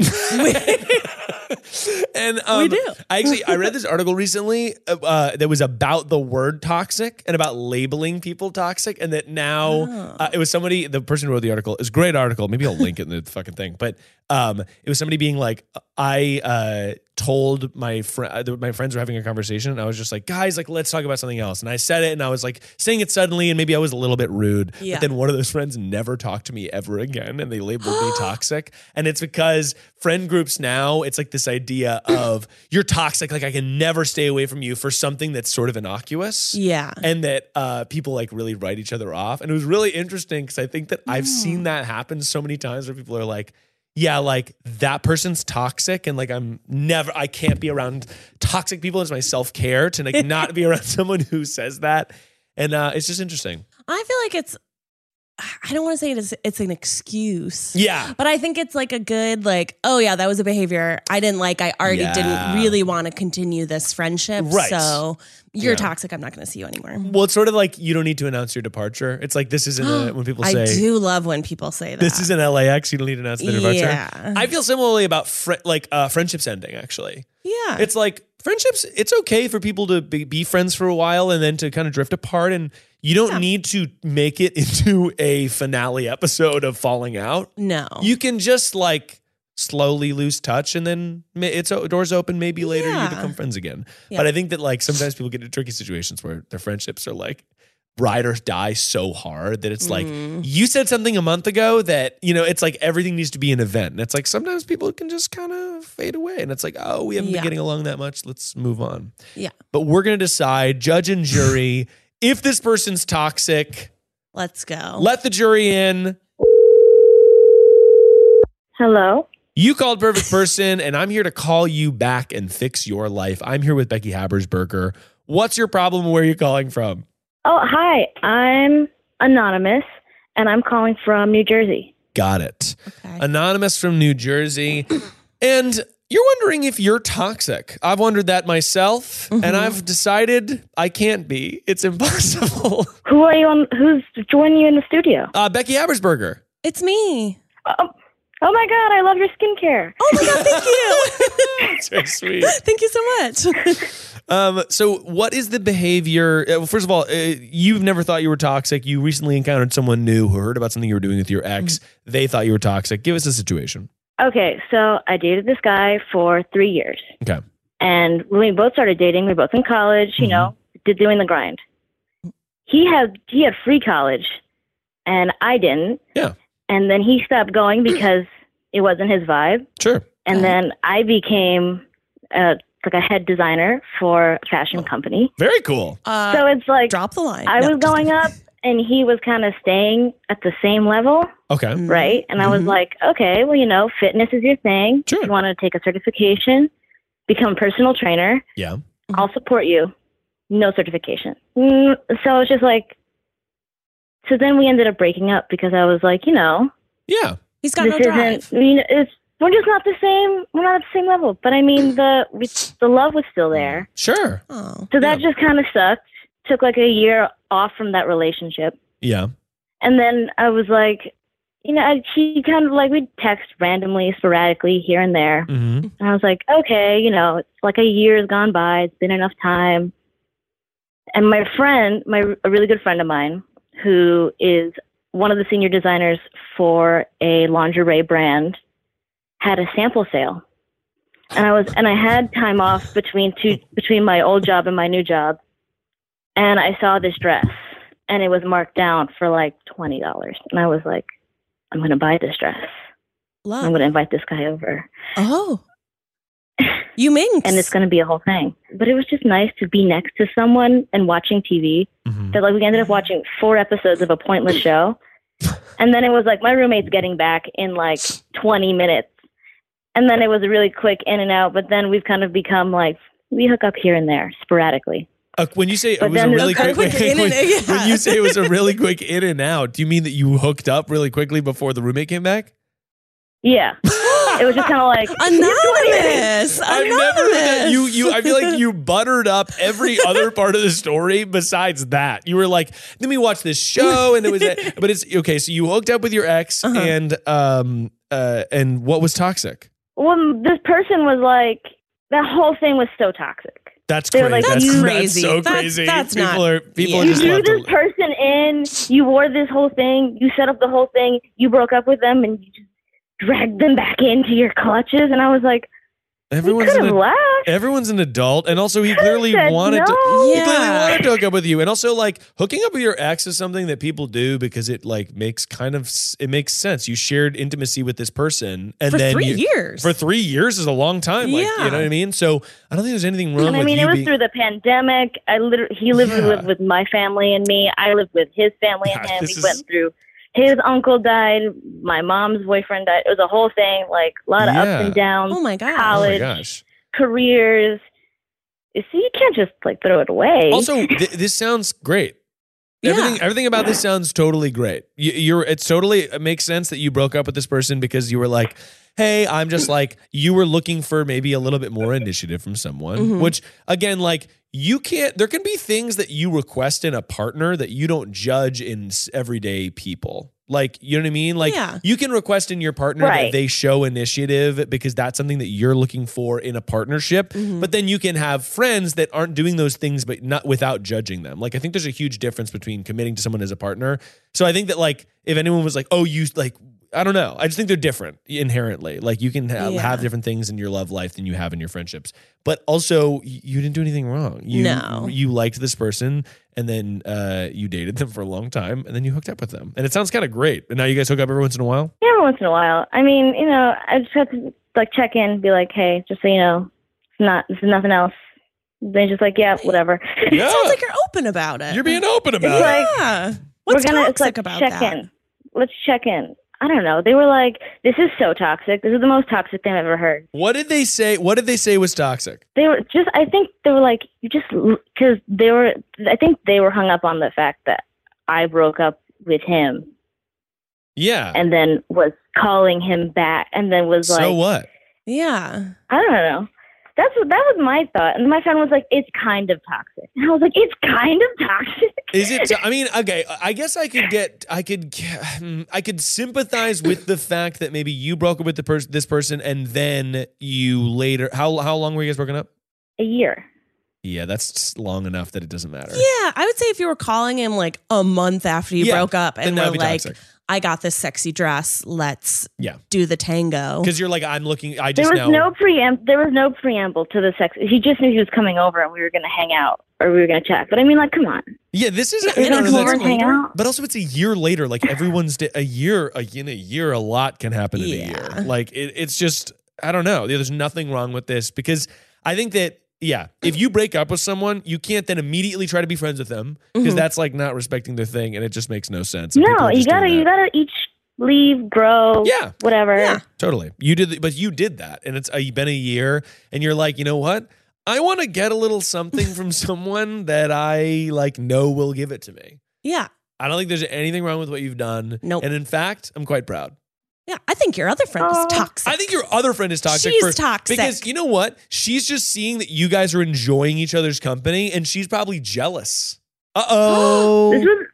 [SPEAKER 2] and um,
[SPEAKER 3] We do.
[SPEAKER 2] I actually I read this article recently uh, uh, that was about the word toxic and about labeling people toxic, and that now
[SPEAKER 3] Oh.
[SPEAKER 2] uh, it was somebody. The person who wrote the article is great article. Maybe I'll link it in the fucking thing. But um, it was somebody being like, I uh, told my friend my friends were having a conversation, and I was just like, guys, like let's talk about something else. And I said it, and I was like saying it suddenly, and maybe I was a little bit rude.
[SPEAKER 3] Yeah.
[SPEAKER 2] But then one of those friends never talked to me ever again, and they labeled me toxic. And it's because friend groups now, it's like this idea of you're toxic. Like I can never stay away from you for something that's sort of innocuous
[SPEAKER 3] yeah.
[SPEAKER 2] and that uh, people like really write each other off. And it was really interesting because I think that I've seen that happen so many times where people are like, yeah, like that person's toxic, and like I'm never, I can't be around toxic people. It's my self care to like not be around someone who says that, and uh, it's just interesting.
[SPEAKER 3] I feel like it's. I don't want to say it is. It's an excuse.
[SPEAKER 2] Yeah,
[SPEAKER 3] But I think it's like a good like. Oh yeah, that was a behavior I didn't like. I already
[SPEAKER 2] Yeah.
[SPEAKER 3] didn't really want to continue this friendship.
[SPEAKER 2] Right.
[SPEAKER 3] So you're
[SPEAKER 2] Yeah.
[SPEAKER 3] toxic. I'm not going to see you anymore.
[SPEAKER 2] well, it's sort of like you don't need to announce your departure. It's like this isn't a, uh, when people
[SPEAKER 3] I
[SPEAKER 2] say
[SPEAKER 3] do love when people say that.
[SPEAKER 2] this isn't LAX. You don't need to announce the departure.
[SPEAKER 3] Yeah.
[SPEAKER 2] I feel similarly about fri like uh, friendships ending actually.
[SPEAKER 3] yeah.
[SPEAKER 2] it's like friendships it's okay for people to be, be friends for a while and then to kind of drift apart and you don't need to make it into a finale episode of falling out
[SPEAKER 3] no.
[SPEAKER 2] you can just like slowly lose touch and then ma- it's o- doors open maybe later
[SPEAKER 3] Yeah.
[SPEAKER 2] you become friends again
[SPEAKER 3] Yeah.
[SPEAKER 2] but i think that like sometimes people get into tricky situations where their friendships are like ride or die so hard that it's
[SPEAKER 3] Mm-hmm.
[SPEAKER 2] like you said something a month ago that you know it's like everything needs to be an event and it's like sometimes people can just kind of fade away and it's like oh we haven't
[SPEAKER 3] Yeah.
[SPEAKER 2] been getting along that much let's move on
[SPEAKER 3] Yeah.
[SPEAKER 2] but we're gonna decide judge and jury if this person's toxic
[SPEAKER 3] Let's go.
[SPEAKER 2] Oh. let the jury in
[SPEAKER 7] Hello.
[SPEAKER 2] You called perfect person, and I'm here to call you back and fix your life. I'm here with Becky Habersberger. What's your problem? and Where are you calling from?
[SPEAKER 7] Oh, hi. I'm anonymous and I'm calling from New Jersey.
[SPEAKER 2] Got it.
[SPEAKER 3] okay.
[SPEAKER 2] Anonymous from New Jersey. And you're wondering if you're toxic. I've wondered that myself, and I've decided I can't be. It's impossible.
[SPEAKER 7] Who are you on? Who's joining you in the studio?
[SPEAKER 2] Uh, Becky Habersberger.
[SPEAKER 3] it's me.
[SPEAKER 7] Oh, oh my God, I love your skincare.
[SPEAKER 3] Oh my god! Thank you.
[SPEAKER 2] Very sweet.
[SPEAKER 3] thank you so much.
[SPEAKER 2] Um, so, what is the behavior? uh, Well, first of all, uh, you've never thought you were toxic. You recently encountered someone new who heard about something you were doing with your ex.
[SPEAKER 7] Mm-hmm.
[SPEAKER 2] They thought you were toxic. Give us a situation.
[SPEAKER 7] Okay, so I dated this guy for three years.
[SPEAKER 2] Okay.
[SPEAKER 7] And when we both started dating, we were both in college, you know, did doing the grind. He had he had free college and I didn't.
[SPEAKER 2] Yeah.
[SPEAKER 7] And then he stopped going because it wasn't his vibe.
[SPEAKER 2] Sure.
[SPEAKER 7] And then I became uh, like a head designer for a fashion company.
[SPEAKER 2] Very cool.
[SPEAKER 3] Uh,
[SPEAKER 7] so it's like
[SPEAKER 3] drop the line.
[SPEAKER 7] I
[SPEAKER 3] No,
[SPEAKER 7] was
[SPEAKER 3] just
[SPEAKER 7] going
[SPEAKER 3] kidding.
[SPEAKER 7] up and he was kind of staying at the same level
[SPEAKER 2] Okay.
[SPEAKER 7] right? And I was
[SPEAKER 3] Mhm.
[SPEAKER 7] like, okay, well, you know, fitness is your thing.
[SPEAKER 2] Sure.
[SPEAKER 7] You want to take a certification, become a personal trainer.
[SPEAKER 2] Yeah.
[SPEAKER 7] I'll support you. No certification. Mm, so it's just like, so then we ended up breaking up because I was like, you know,
[SPEAKER 2] Yeah.
[SPEAKER 3] He's got
[SPEAKER 7] this
[SPEAKER 3] no
[SPEAKER 7] isn't.
[SPEAKER 3] drive.
[SPEAKER 7] I mean, it's we're just not the same. We're not at the same level. But I mean, the we, the love was still there.
[SPEAKER 2] Sure.
[SPEAKER 3] Oh.
[SPEAKER 7] So that just kind of sucked. Took like a year off from that relationship.
[SPEAKER 2] Yeah.
[SPEAKER 7] And then I was like, you know, I, she kind of like we'd text randomly, sporadically here and there.
[SPEAKER 2] Mm-hmm.
[SPEAKER 7] And I was like, okay, you know, it's like a year's gone by. It's been enough time. And my friend, my a really good friend of mine, who is one of the senior designers for a lingerie brand, had a sample sale. And I was and I had time off between two between my old job and my new job. And I saw this dress and it was marked down for like twenty dollars. And I was like, I'm gonna buy this dress. I'm
[SPEAKER 3] Love.
[SPEAKER 7] gonna invite this guy over.
[SPEAKER 3] Oh. You minx.
[SPEAKER 7] And it's going to be a whole thing. But it was just nice to be next to someone and watching TV.
[SPEAKER 2] Mm-hmm.
[SPEAKER 7] That like we ended up watching four episodes of a pointless show. and then it was like my roommate's getting back in like 20 minutes. And then it was a really quick in and out, but then we've kind of become like we hook up here and there sporadically.
[SPEAKER 2] Uh, when you say
[SPEAKER 7] But
[SPEAKER 2] it was a
[SPEAKER 7] then-
[SPEAKER 2] really
[SPEAKER 7] Okay.
[SPEAKER 2] quick,
[SPEAKER 7] Quick in
[SPEAKER 2] when,
[SPEAKER 7] and- yeah.
[SPEAKER 2] when you say it was a really quick in and out, do you mean that you hooked up really quickly before the roommate came back?
[SPEAKER 7] Yeah. it was just kind of like
[SPEAKER 3] anonymous.
[SPEAKER 2] I've never heard that. You, you. I feel like you buttered up every other part of the story besides that. You were like, "Let me watch this show," and it was. that. But it's okay. So you hooked up with your ex,
[SPEAKER 7] Uh-huh.
[SPEAKER 2] and um, uh, and what was toxic?
[SPEAKER 7] Well, this person was like that whole thing was so toxic.
[SPEAKER 2] That's
[SPEAKER 7] They were
[SPEAKER 2] crazy.
[SPEAKER 7] like,
[SPEAKER 2] that's,
[SPEAKER 7] you-
[SPEAKER 2] that's
[SPEAKER 7] Crazy.
[SPEAKER 2] so
[SPEAKER 7] That's-
[SPEAKER 2] crazy.
[SPEAKER 7] that's
[SPEAKER 2] people
[SPEAKER 7] not-
[SPEAKER 2] are people are
[SPEAKER 7] you
[SPEAKER 2] just
[SPEAKER 7] drew
[SPEAKER 2] left to
[SPEAKER 7] this person in, you wore this whole thing, you set up the whole thing, you broke up with them, and you just dragged them back into your clutches. And I was like,
[SPEAKER 2] Everyone's
[SPEAKER 7] could've
[SPEAKER 2] an,
[SPEAKER 7] left.
[SPEAKER 2] everyone's an adult, and also he
[SPEAKER 7] Could've
[SPEAKER 2] clearly
[SPEAKER 7] said
[SPEAKER 2] wanted to.
[SPEAKER 7] no.
[SPEAKER 2] He
[SPEAKER 7] Yeah.
[SPEAKER 2] clearly wanted to hook up with you, and also like hooking up with your ex is something that people do because it like makes kind of s- it makes sense. You shared intimacy with this person, and
[SPEAKER 3] For
[SPEAKER 2] then
[SPEAKER 3] three
[SPEAKER 2] you-
[SPEAKER 3] years.
[SPEAKER 2] For three years is a long time. Like you
[SPEAKER 7] Yeah.
[SPEAKER 2] know what I mean. So I don't think there's anything wrong
[SPEAKER 7] and I
[SPEAKER 2] with
[SPEAKER 7] mean,
[SPEAKER 2] you
[SPEAKER 7] it was
[SPEAKER 2] being.
[SPEAKER 7] through the pandemic. I literally, he literally lived with my family and me. I lived with his family and him. We
[SPEAKER 2] this is-
[SPEAKER 7] went through. His uncle died. My mom's boyfriend died. It was a whole thing, like a lot of
[SPEAKER 2] Yeah.
[SPEAKER 7] ups and downs.
[SPEAKER 3] Oh my god!
[SPEAKER 2] oh my
[SPEAKER 7] College
[SPEAKER 2] gosh.
[SPEAKER 7] careers. You See, you can't just like throw it away.
[SPEAKER 2] Also, th- this sounds great. Everything, everything about this sounds totally great. You, you're, it's totally it makes sense that you broke up with this person because you were like, "Hey, I'm just like you were looking for maybe a little bit more initiative from someone."
[SPEAKER 5] Mhm.
[SPEAKER 2] Which, again, like you can't. There can be things that you request in a partner that you don't judge in s- everyday people. Like, you know what I mean? Like,
[SPEAKER 5] Yeah.
[SPEAKER 2] you can request in your partner that
[SPEAKER 5] Right.
[SPEAKER 2] they show initiative because that's something that you're looking for in a partnership.
[SPEAKER 5] Mm-hmm.
[SPEAKER 2] But then you can have friends that aren't doing those things, but not without judging them. Like, I think there's a huge difference between committing to someone as a partner. So I think that, like, if anyone was like, oh, you like, I don't know. I just think they're different inherently. Like, you can have,
[SPEAKER 5] Yeah.
[SPEAKER 2] have different things in your love life than you have in your friendships. But also, y- you didn't do anything wrong. You,
[SPEAKER 5] No.
[SPEAKER 2] You liked this person and then uh, you dated them for a long time and then you hooked up with them. And it sounds kind of great. And now you guys hook up every once in a while.
[SPEAKER 7] Yeah, every once in a while. I mean, you know, I just have to like check in, and be like, hey, just so you know, it's not, this is nothing else. They're just like, yeah, whatever.
[SPEAKER 2] Yeah. sounds
[SPEAKER 3] like you're open about it.
[SPEAKER 2] You're being open
[SPEAKER 7] It's
[SPEAKER 2] about it.
[SPEAKER 7] like-
[SPEAKER 3] Yeah. What's
[SPEAKER 7] We're gonna, it's
[SPEAKER 3] toxic
[SPEAKER 7] like,
[SPEAKER 3] about
[SPEAKER 7] check
[SPEAKER 3] that?
[SPEAKER 7] in. Let's check in. I don't know. They were like, this is so toxic. This is the most toxic thing I've ever heard.
[SPEAKER 2] What did they say? What did they say was toxic?
[SPEAKER 7] They were just, I think they were like, you just, because they were, I think they were hung up on the fact that I broke up with him
[SPEAKER 2] Yeah.
[SPEAKER 7] and then was calling him back and then was like,
[SPEAKER 2] so what?
[SPEAKER 3] Yeah.
[SPEAKER 7] I don't know. That's that was my thought, and my friend was like, "It's kind of toxic," and I was like, "It's kind of toxic."
[SPEAKER 2] Is it? I mean, okay. I guess I could get. I could. get- hmm, I could sympathize with the fact that maybe you broke up with the person, this person, and then you later. How how long were you guys broken up?
[SPEAKER 7] A year.
[SPEAKER 2] Yeah, that's long enough that it doesn't matter.
[SPEAKER 3] Yeah, I would say if you were calling him like a month after you
[SPEAKER 2] Yeah,
[SPEAKER 3] broke up
[SPEAKER 2] then
[SPEAKER 3] and
[SPEAKER 2] that'd
[SPEAKER 3] were
[SPEAKER 2] be
[SPEAKER 3] like,
[SPEAKER 2] toxic.
[SPEAKER 3] I got this sexy dress, let's
[SPEAKER 2] Yeah.
[SPEAKER 3] do the tango.
[SPEAKER 2] Because you're like, I'm looking. I
[SPEAKER 7] There
[SPEAKER 2] just
[SPEAKER 7] was
[SPEAKER 2] now.
[SPEAKER 7] no preamble. There was no preamble to the sex. He just knew he was coming over, and we were going to hang out or we were going to chat. But I mean, like, come on.
[SPEAKER 2] yeah, this is.
[SPEAKER 7] You're gonna
[SPEAKER 2] no, no,
[SPEAKER 7] come
[SPEAKER 2] that's
[SPEAKER 7] over and hang
[SPEAKER 2] later.
[SPEAKER 7] out?
[SPEAKER 2] But also, it's a year later. Like everyone's di- a year. A, in a year, a lot can happen in a year. Like it, it's just. I don't know. There's nothing wrong with this because I think that yeah, if you break up with someone, you can't then immediately try to be friends with them because
[SPEAKER 7] Mhm.
[SPEAKER 2] that's like not respecting their thing, and it just makes no sense. And people
[SPEAKER 7] No,
[SPEAKER 2] are
[SPEAKER 7] you
[SPEAKER 2] just doing
[SPEAKER 7] gotta, you
[SPEAKER 2] that.
[SPEAKER 7] gotta each leave, grow.
[SPEAKER 2] Yeah.
[SPEAKER 7] Whatever.
[SPEAKER 2] Totally. You did, the- but you did that, and it's uh, been a year, and you're like, you know what? I want to get a little something from someone that I like know will give it to me.
[SPEAKER 3] Yeah.
[SPEAKER 2] I don't think there's anything wrong with what you've done.
[SPEAKER 3] Nope.
[SPEAKER 2] And in fact, I'm quite proud.
[SPEAKER 3] Yeah. I think your other friend
[SPEAKER 7] Oh.
[SPEAKER 3] is toxic.
[SPEAKER 2] I think your other friend is toxic.
[SPEAKER 3] She's
[SPEAKER 2] for-
[SPEAKER 3] toxic.
[SPEAKER 2] Because you know what? She's just seeing that you guys are enjoying each other's company, and she's probably jealous. Uh oh.
[SPEAKER 7] This was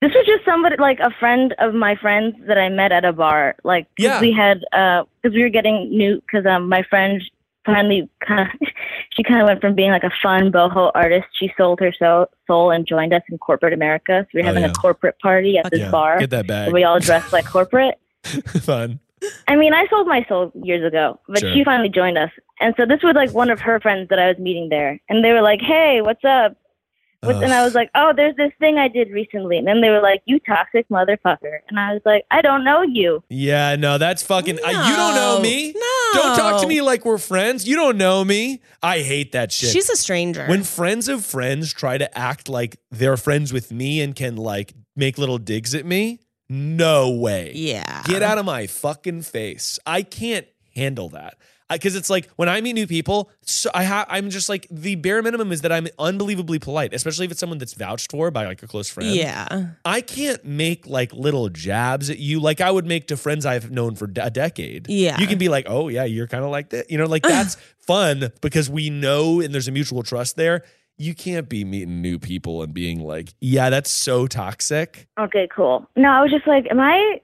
[SPEAKER 7] this was just somebody like a friend of my friends that I met at a bar. Like 'cause
[SPEAKER 8] Yeah.
[SPEAKER 7] we had because we were getting new because um my friend finally kind of she kind of went from being like a fun boho artist. She sold her so- soul and joined us in corporate America. So we
[SPEAKER 2] Oh,
[SPEAKER 7] were having
[SPEAKER 2] yeah.
[SPEAKER 7] a corporate party at this
[SPEAKER 2] Yeah.
[SPEAKER 7] bar.
[SPEAKER 2] Get that bag.
[SPEAKER 7] where We all dressed like corporate.
[SPEAKER 2] Fun.
[SPEAKER 7] I mean, I sold my soul years ago, but
[SPEAKER 2] Sure.
[SPEAKER 7] she finally joined us. And so this was like one of her friends that I was meeting there. And they were like, hey, what's up? But then I was like, oh, there's this thing I did recently. And then they were like, you toxic motherfucker. And I was like, I don't know you.
[SPEAKER 2] Yeah, no, that's fucking. I- you don't know me. No. Don't talk to me like we're friends. You don't know me. I hate that shit.
[SPEAKER 3] She's a stranger.
[SPEAKER 2] When friends of friends try to act like they're friends with me and can like make little digs at me, no way.
[SPEAKER 3] Yeah.
[SPEAKER 2] Get out of my fucking face. I can't handle that. Because it's like when I meet new people, so I ha- I'm just like the bare minimum is that I'm unbelievably polite, especially if it's someone that's vouched for by like a close friend.
[SPEAKER 3] Yeah.
[SPEAKER 2] I can't make like little jabs at you like I would make to friends I've known for d- a decade.
[SPEAKER 3] Yeah.
[SPEAKER 2] You can be like, oh, yeah, you're kind of like that. You know, like that's fun because we know and there's a mutual trust there. You can't be meeting new people and being like, yeah, that's so toxic.
[SPEAKER 7] Okay, cool. No, I was just like, am I,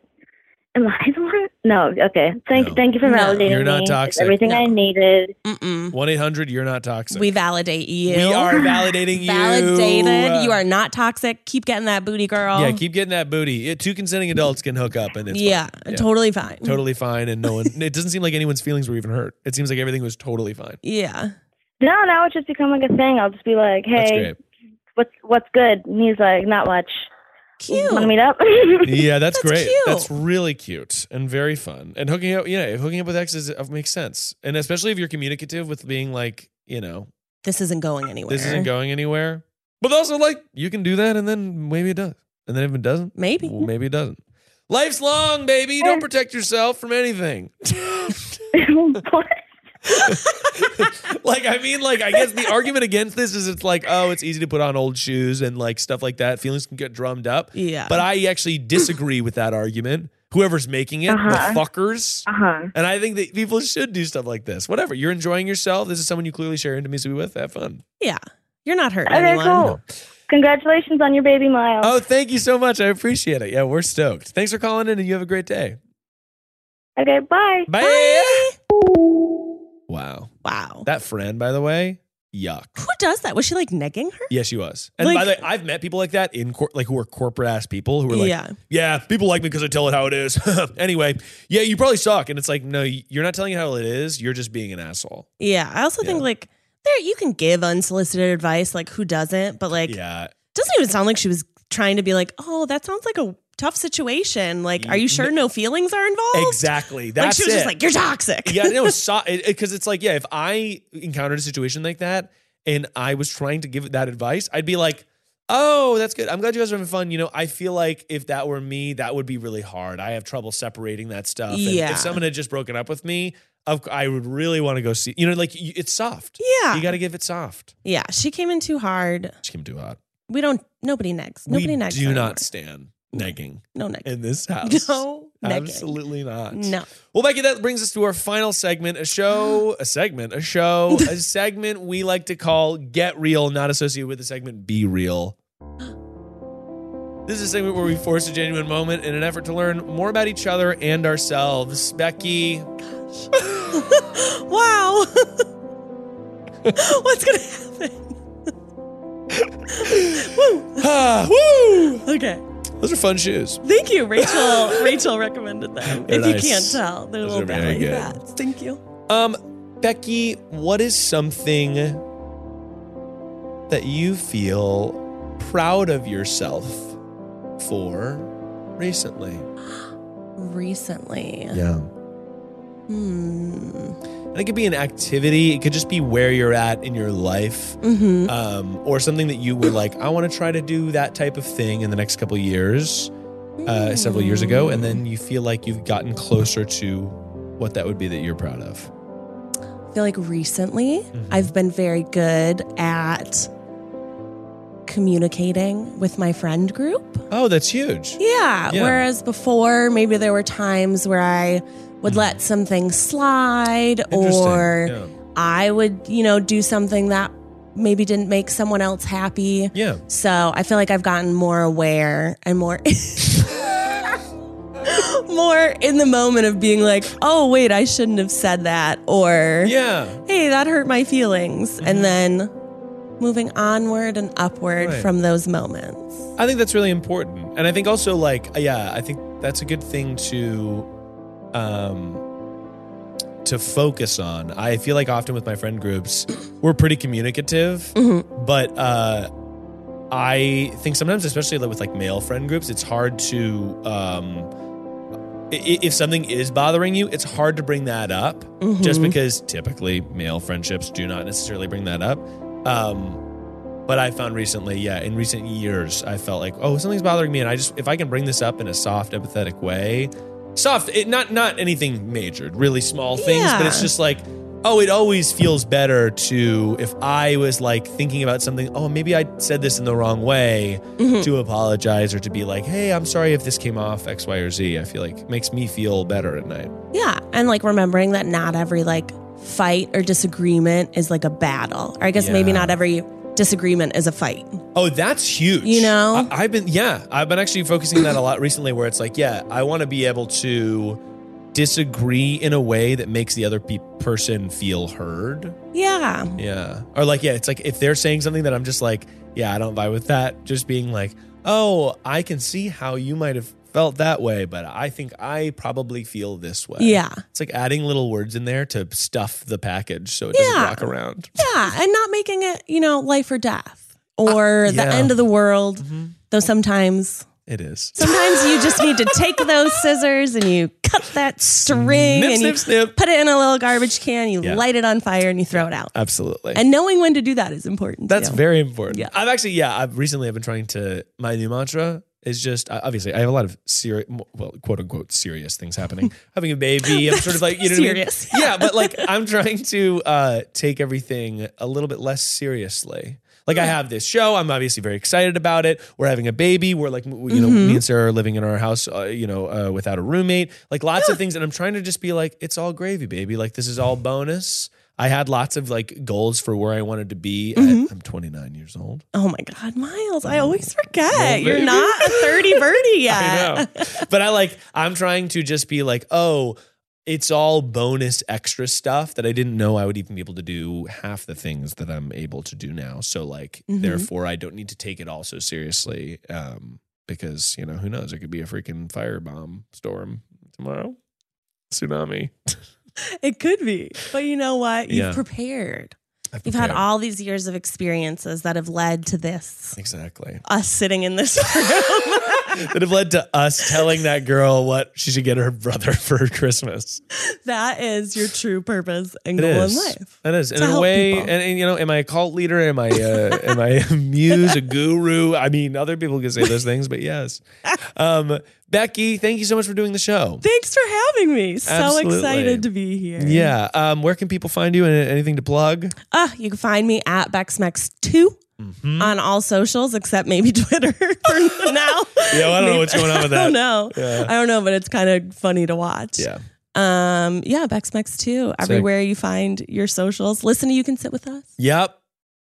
[SPEAKER 7] am I the one? No, okay. Thank, thank you for validating
[SPEAKER 2] You're not
[SPEAKER 7] me. It's
[SPEAKER 2] toxic.
[SPEAKER 7] everything I needed.
[SPEAKER 2] 1 800, you're not toxic.
[SPEAKER 3] We validate you.
[SPEAKER 2] We are validating you.
[SPEAKER 3] Validated. You are not toxic. Keep getting that booty, girl.
[SPEAKER 2] Yeah, keep getting that booty. Yeah, two consenting adults can hook up and it's
[SPEAKER 3] Yeah,
[SPEAKER 2] fine.
[SPEAKER 3] totally fine.
[SPEAKER 2] Totally fine. And no one, it doesn't seem like anyone's feelings were even hurt. It seems like everything was totally fine.
[SPEAKER 3] Yeah.
[SPEAKER 7] No, now it's just become like a thing. I'll just be like,
[SPEAKER 2] That's
[SPEAKER 7] hey,
[SPEAKER 2] great.
[SPEAKER 7] what's, what's good? And he's like, not much.
[SPEAKER 3] Cute.
[SPEAKER 7] Want to meet up?
[SPEAKER 2] yeah, that's, great.
[SPEAKER 3] cute.
[SPEAKER 2] That's really cute and very fun. And hooking up, yeah, hooking up with exes uh, makes sense. And especially if you're communicative with being like, you know,
[SPEAKER 3] This isn't going anywhere.
[SPEAKER 2] this isn't going anywhere. But also, like, you can do that, and then maybe it does. And then if it doesn't,
[SPEAKER 3] Maybe.
[SPEAKER 2] well, maybe it doesn't. Life's long, baby. Don't protect yourself from anything. like, I mean, like, I guess the argument against this is it's like, oh, it's easy to put on old shoes and like stuff like that. Feelings can get drummed up.
[SPEAKER 3] Yeah.
[SPEAKER 2] But I actually disagree with that argument. Whoever's making it,
[SPEAKER 7] Uh-huh.
[SPEAKER 2] the fuckers.
[SPEAKER 7] Uh huh.
[SPEAKER 2] And I think that people should do stuff like this. Whatever. You're enjoying yourself. This is someone you clearly share intimacy with. Have fun.
[SPEAKER 3] yeah. You're not hurting
[SPEAKER 7] Okay,
[SPEAKER 3] anyone.
[SPEAKER 7] cool. Congratulations on your baby, Miles.
[SPEAKER 2] Oh, thank you so much. I appreciate it. Yeah, we're stoked. Thanks for calling in and you have a great day.
[SPEAKER 7] Okay, bye.
[SPEAKER 2] Bye. Wow.
[SPEAKER 3] Wow.
[SPEAKER 2] That friend, by the way, yuck.
[SPEAKER 3] Who does that? Was she like negging her?
[SPEAKER 2] Yes, she was. And by
[SPEAKER 3] Like-
[SPEAKER 2] the way, I've met people like that in cor- like who are corporate ass people who are like,
[SPEAKER 3] Yeah.
[SPEAKER 2] yeah, people like me because I tell it how it is. anyway, yeah, you probably suck. And it's like, no, you're not telling it how it is. You're just being an asshole.
[SPEAKER 3] Yeah. I also think
[SPEAKER 2] Yeah.
[SPEAKER 3] like there you can give unsolicited advice, like who doesn't, but like
[SPEAKER 2] yeah.
[SPEAKER 3] doesn't even sound like she was trying to be like, oh, that sounds like a tough situation. Like, are you sure no feelings are involved?
[SPEAKER 2] Exactly.
[SPEAKER 3] Like
[SPEAKER 2] That's
[SPEAKER 3] she was
[SPEAKER 2] it.
[SPEAKER 3] just like, you're toxic.
[SPEAKER 2] yeah, no, so, because it's like, yeah, if I encountered a situation like that and I was trying to give that advice, I'd be like, oh, that's good. I'm glad you guys are having fun. You know, I feel like if that were me, that would be really hard. I have trouble separating that stuff. And
[SPEAKER 3] Yeah.
[SPEAKER 2] If someone had just broken up with me, of c- I would really want to go see, you know, like y- it's soft.
[SPEAKER 3] Yeah.
[SPEAKER 2] You got to give it soft.
[SPEAKER 3] Yeah, she came in too hard.
[SPEAKER 2] Just keep too hot.
[SPEAKER 3] We don't. Nobody negs. Nobody
[SPEAKER 2] we
[SPEAKER 3] negs.
[SPEAKER 2] do
[SPEAKER 3] anymore.
[SPEAKER 2] not stand negging
[SPEAKER 3] No negs.
[SPEAKER 2] in this house.
[SPEAKER 3] No negging.
[SPEAKER 2] Absolutely not.
[SPEAKER 3] No.
[SPEAKER 2] Well, Becky, that brings us to our final segment, a show, a segment, a show, a segment we like to call Get Real, not associated with the segment Be Real. This is a segment where we force a genuine moment in an effort to learn more about each other and ourselves. Becky,
[SPEAKER 3] Wow. What's gonna happen?
[SPEAKER 2] ah, woo!
[SPEAKER 3] Okay.
[SPEAKER 2] Those are fun shoes.
[SPEAKER 3] Thank you, Rachel. Rachel recommended them.
[SPEAKER 2] They're
[SPEAKER 3] if
[SPEAKER 2] nice.
[SPEAKER 3] you can't tell, they're
[SPEAKER 2] Those
[SPEAKER 3] little
[SPEAKER 2] are very
[SPEAKER 3] belly
[SPEAKER 2] good.
[SPEAKER 3] bats. Thank you.
[SPEAKER 2] Um, Becky, what is something that you feel proud of yourself for recently?
[SPEAKER 3] Recently.
[SPEAKER 2] Yeah.
[SPEAKER 3] Hmm.
[SPEAKER 2] And it could be an activity. It could just be where you're at in your life,
[SPEAKER 3] Mm-hmm.
[SPEAKER 2] um, or something that you were like, I want to try to do that type of thing in the next couple years, uh, several years ago, and then you feel like you've gotten closer to what that would be that you're proud of.
[SPEAKER 3] I feel like recently I've been very good at communicating with my friend group.
[SPEAKER 2] Oh, that's huge.
[SPEAKER 3] Yeah.
[SPEAKER 2] Yeah.
[SPEAKER 3] Whereas before, maybe there were times where I would let something slide
[SPEAKER 2] Hmm. Interesting.
[SPEAKER 3] or
[SPEAKER 2] yeah.
[SPEAKER 3] I would, you know, do something that maybe didn't make someone else happy.
[SPEAKER 2] Yeah.
[SPEAKER 3] So I feel like I've gotten more aware and more. More in the moment of being like, oh, wait, I shouldn't have said that. Or,
[SPEAKER 2] Yeah. Mm-hmm.
[SPEAKER 3] hey, that hurt my feelings. And then moving onward and upward
[SPEAKER 2] Right.
[SPEAKER 3] from those moments.
[SPEAKER 2] I think that's really important. And I think also like uh, yeah, I think that's a good thing to um to focus on. I feel like often with my friend groups, we're pretty communicative, but uh I think sometimes, especially like with like male friend groups, it's hard to um, i- i- if something is bothering you, it's hard to bring that up, just
[SPEAKER 5] Mhm.
[SPEAKER 2] because typically male friendships do not necessarily bring that up. Um, but I found recently, yeah, in recent years, I felt like, oh, something's bothering me, and I just if I can bring this up in a soft, empathetic way, soft, it, not not anything major, really small things, but it's
[SPEAKER 5] Yeah.
[SPEAKER 2] just like, oh, it always feels better to if I was like thinking about something, oh, maybe I said this in the wrong way,
[SPEAKER 5] Mhm.
[SPEAKER 2] to apologize or to be like, hey, I'm sorry if this came off X, Y, or Z. I feel like makes me feel better at night.
[SPEAKER 3] Yeah, and like remembering that not every like fight or disagreement is like a battle. Or I guess maybe
[SPEAKER 2] Yeah.
[SPEAKER 3] not every disagreement is a fight.
[SPEAKER 2] Oh, that's huge.
[SPEAKER 3] You know?
[SPEAKER 2] I, have been, yeah, I've been actually focusing that a lot recently where it's like, yeah, I want to be able to disagree in a way that makes the other pe- person feel heard.
[SPEAKER 3] Yeah.
[SPEAKER 2] Yeah. Or like, yeah, it's like if they're saying something that I'm just like, yeah, I don't vibe with that, just being like, oh, I can see how you might have felt that way, but I think I probably feel this way.
[SPEAKER 3] Yeah.
[SPEAKER 2] It's like adding little words in there to stuff the package so it doesn't
[SPEAKER 3] Yeah.
[SPEAKER 2] rock around.
[SPEAKER 3] Yeah, and not making it, you know, life or death or the
[SPEAKER 2] Uh, yeah. Mm-hmm.
[SPEAKER 3] end of the world. Though sometimes
[SPEAKER 2] It is.
[SPEAKER 3] sometimes you just need to take those scissors and you cut that string
[SPEAKER 2] Snip,
[SPEAKER 3] and
[SPEAKER 2] snip,
[SPEAKER 3] you
[SPEAKER 2] snip.
[SPEAKER 3] put it in a little garbage can, you
[SPEAKER 2] Yeah.
[SPEAKER 3] light it on fire and you throw it out.
[SPEAKER 2] Absolutely.
[SPEAKER 3] And knowing when to do that is important.
[SPEAKER 2] That's
[SPEAKER 3] too.
[SPEAKER 2] very important.
[SPEAKER 3] Yeah.
[SPEAKER 2] I've actually, yeah, I've recently I've been trying to my new mantra is just I- obviously I have a lot of serious, well, quote unquote serious things happening. Having a baby, I'm sort of like you know what I mean?
[SPEAKER 5] Serious,
[SPEAKER 2] Yeah. but like I'm trying to uh, take everything a little bit less seriously. Like I have this show, I'm obviously very excited about it. We're having a baby. We're like, m- you know,
[SPEAKER 5] Mhm.
[SPEAKER 2] me and Sarah are living in our house, uh, you know, uh, without a roommate. Like lots of things, and I'm trying to just be like, it's all gravy, baby. Like this is all bonus. I had lots of like goals for where I wanted to be. at- I'm 29 years old.
[SPEAKER 3] Oh my God, Miles, I always forget.
[SPEAKER 2] Mm-hmm. Well,
[SPEAKER 3] You're
[SPEAKER 2] maybe.
[SPEAKER 3] not a 30 birdie yet.
[SPEAKER 2] I know. but I like, I'm trying to just be like, oh, it's all bonus extra stuff that I didn't know I would even be able to do half the things that I'm able to do now. So, like,
[SPEAKER 3] Mm-hmm.
[SPEAKER 5] Mhm.
[SPEAKER 2] therefore, I don't need to take it all so seriously um, because, you know, who knows? It could be a freaking firebomb storm tomorrow, tsunami.
[SPEAKER 3] It could be. But you know what? You've
[SPEAKER 2] Yeah.
[SPEAKER 3] prepared.
[SPEAKER 2] I've
[SPEAKER 3] You've had
[SPEAKER 2] prepared.
[SPEAKER 3] all these years of experiences that have led to this,
[SPEAKER 2] Exactly.
[SPEAKER 3] us sitting in this room.
[SPEAKER 2] that have led to us telling that girl what she should get her brother for Christmas.
[SPEAKER 3] that is your true purpose and
[SPEAKER 2] It
[SPEAKER 3] goal
[SPEAKER 2] is.
[SPEAKER 3] in life.
[SPEAKER 2] That is,
[SPEAKER 3] To
[SPEAKER 2] in a
[SPEAKER 3] help
[SPEAKER 2] way,
[SPEAKER 3] people.
[SPEAKER 2] and, and, you know, am I a cult leader? Am I uh, am I a muse, a guru? I mean, other people can say those things, but yes. Um, Becky, thank you so much for doing the show.
[SPEAKER 3] Thanks for having me. So
[SPEAKER 2] Absolutely.
[SPEAKER 3] excited to be here.
[SPEAKER 2] Yeah. Um, where can people find you? And anything to plug?
[SPEAKER 3] Uh, you can find me at BexMex2
[SPEAKER 2] Mm-hmm.
[SPEAKER 3] on all socials except maybe Twitter for now.
[SPEAKER 2] Yeah, well, I don't know what's going on with
[SPEAKER 3] I
[SPEAKER 2] that.
[SPEAKER 3] don't know.
[SPEAKER 2] Yeah.
[SPEAKER 3] I don't know, but it's kind of funny to watch.
[SPEAKER 2] Yeah.
[SPEAKER 3] Um, yeah, BexMex2. Everywhere you find your socials. Listen to You Can Sit With Us.
[SPEAKER 2] Yep.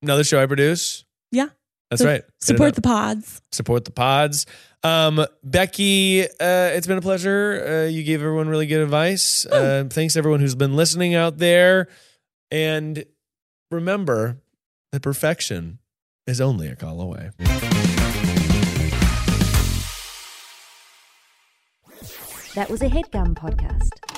[SPEAKER 2] Another show I produce.
[SPEAKER 3] Yeah.
[SPEAKER 2] That's
[SPEAKER 3] So
[SPEAKER 2] right. Hit it
[SPEAKER 3] Support
[SPEAKER 2] up.
[SPEAKER 3] the pods.
[SPEAKER 2] support the pods. Um, Becky, uh, it's been a pleasure. Uh, you gave everyone really good advice. Uh, thanks to everyone who's been listening out there. And remember that perfection is only a call away.
[SPEAKER 9] That was a headgum podcast.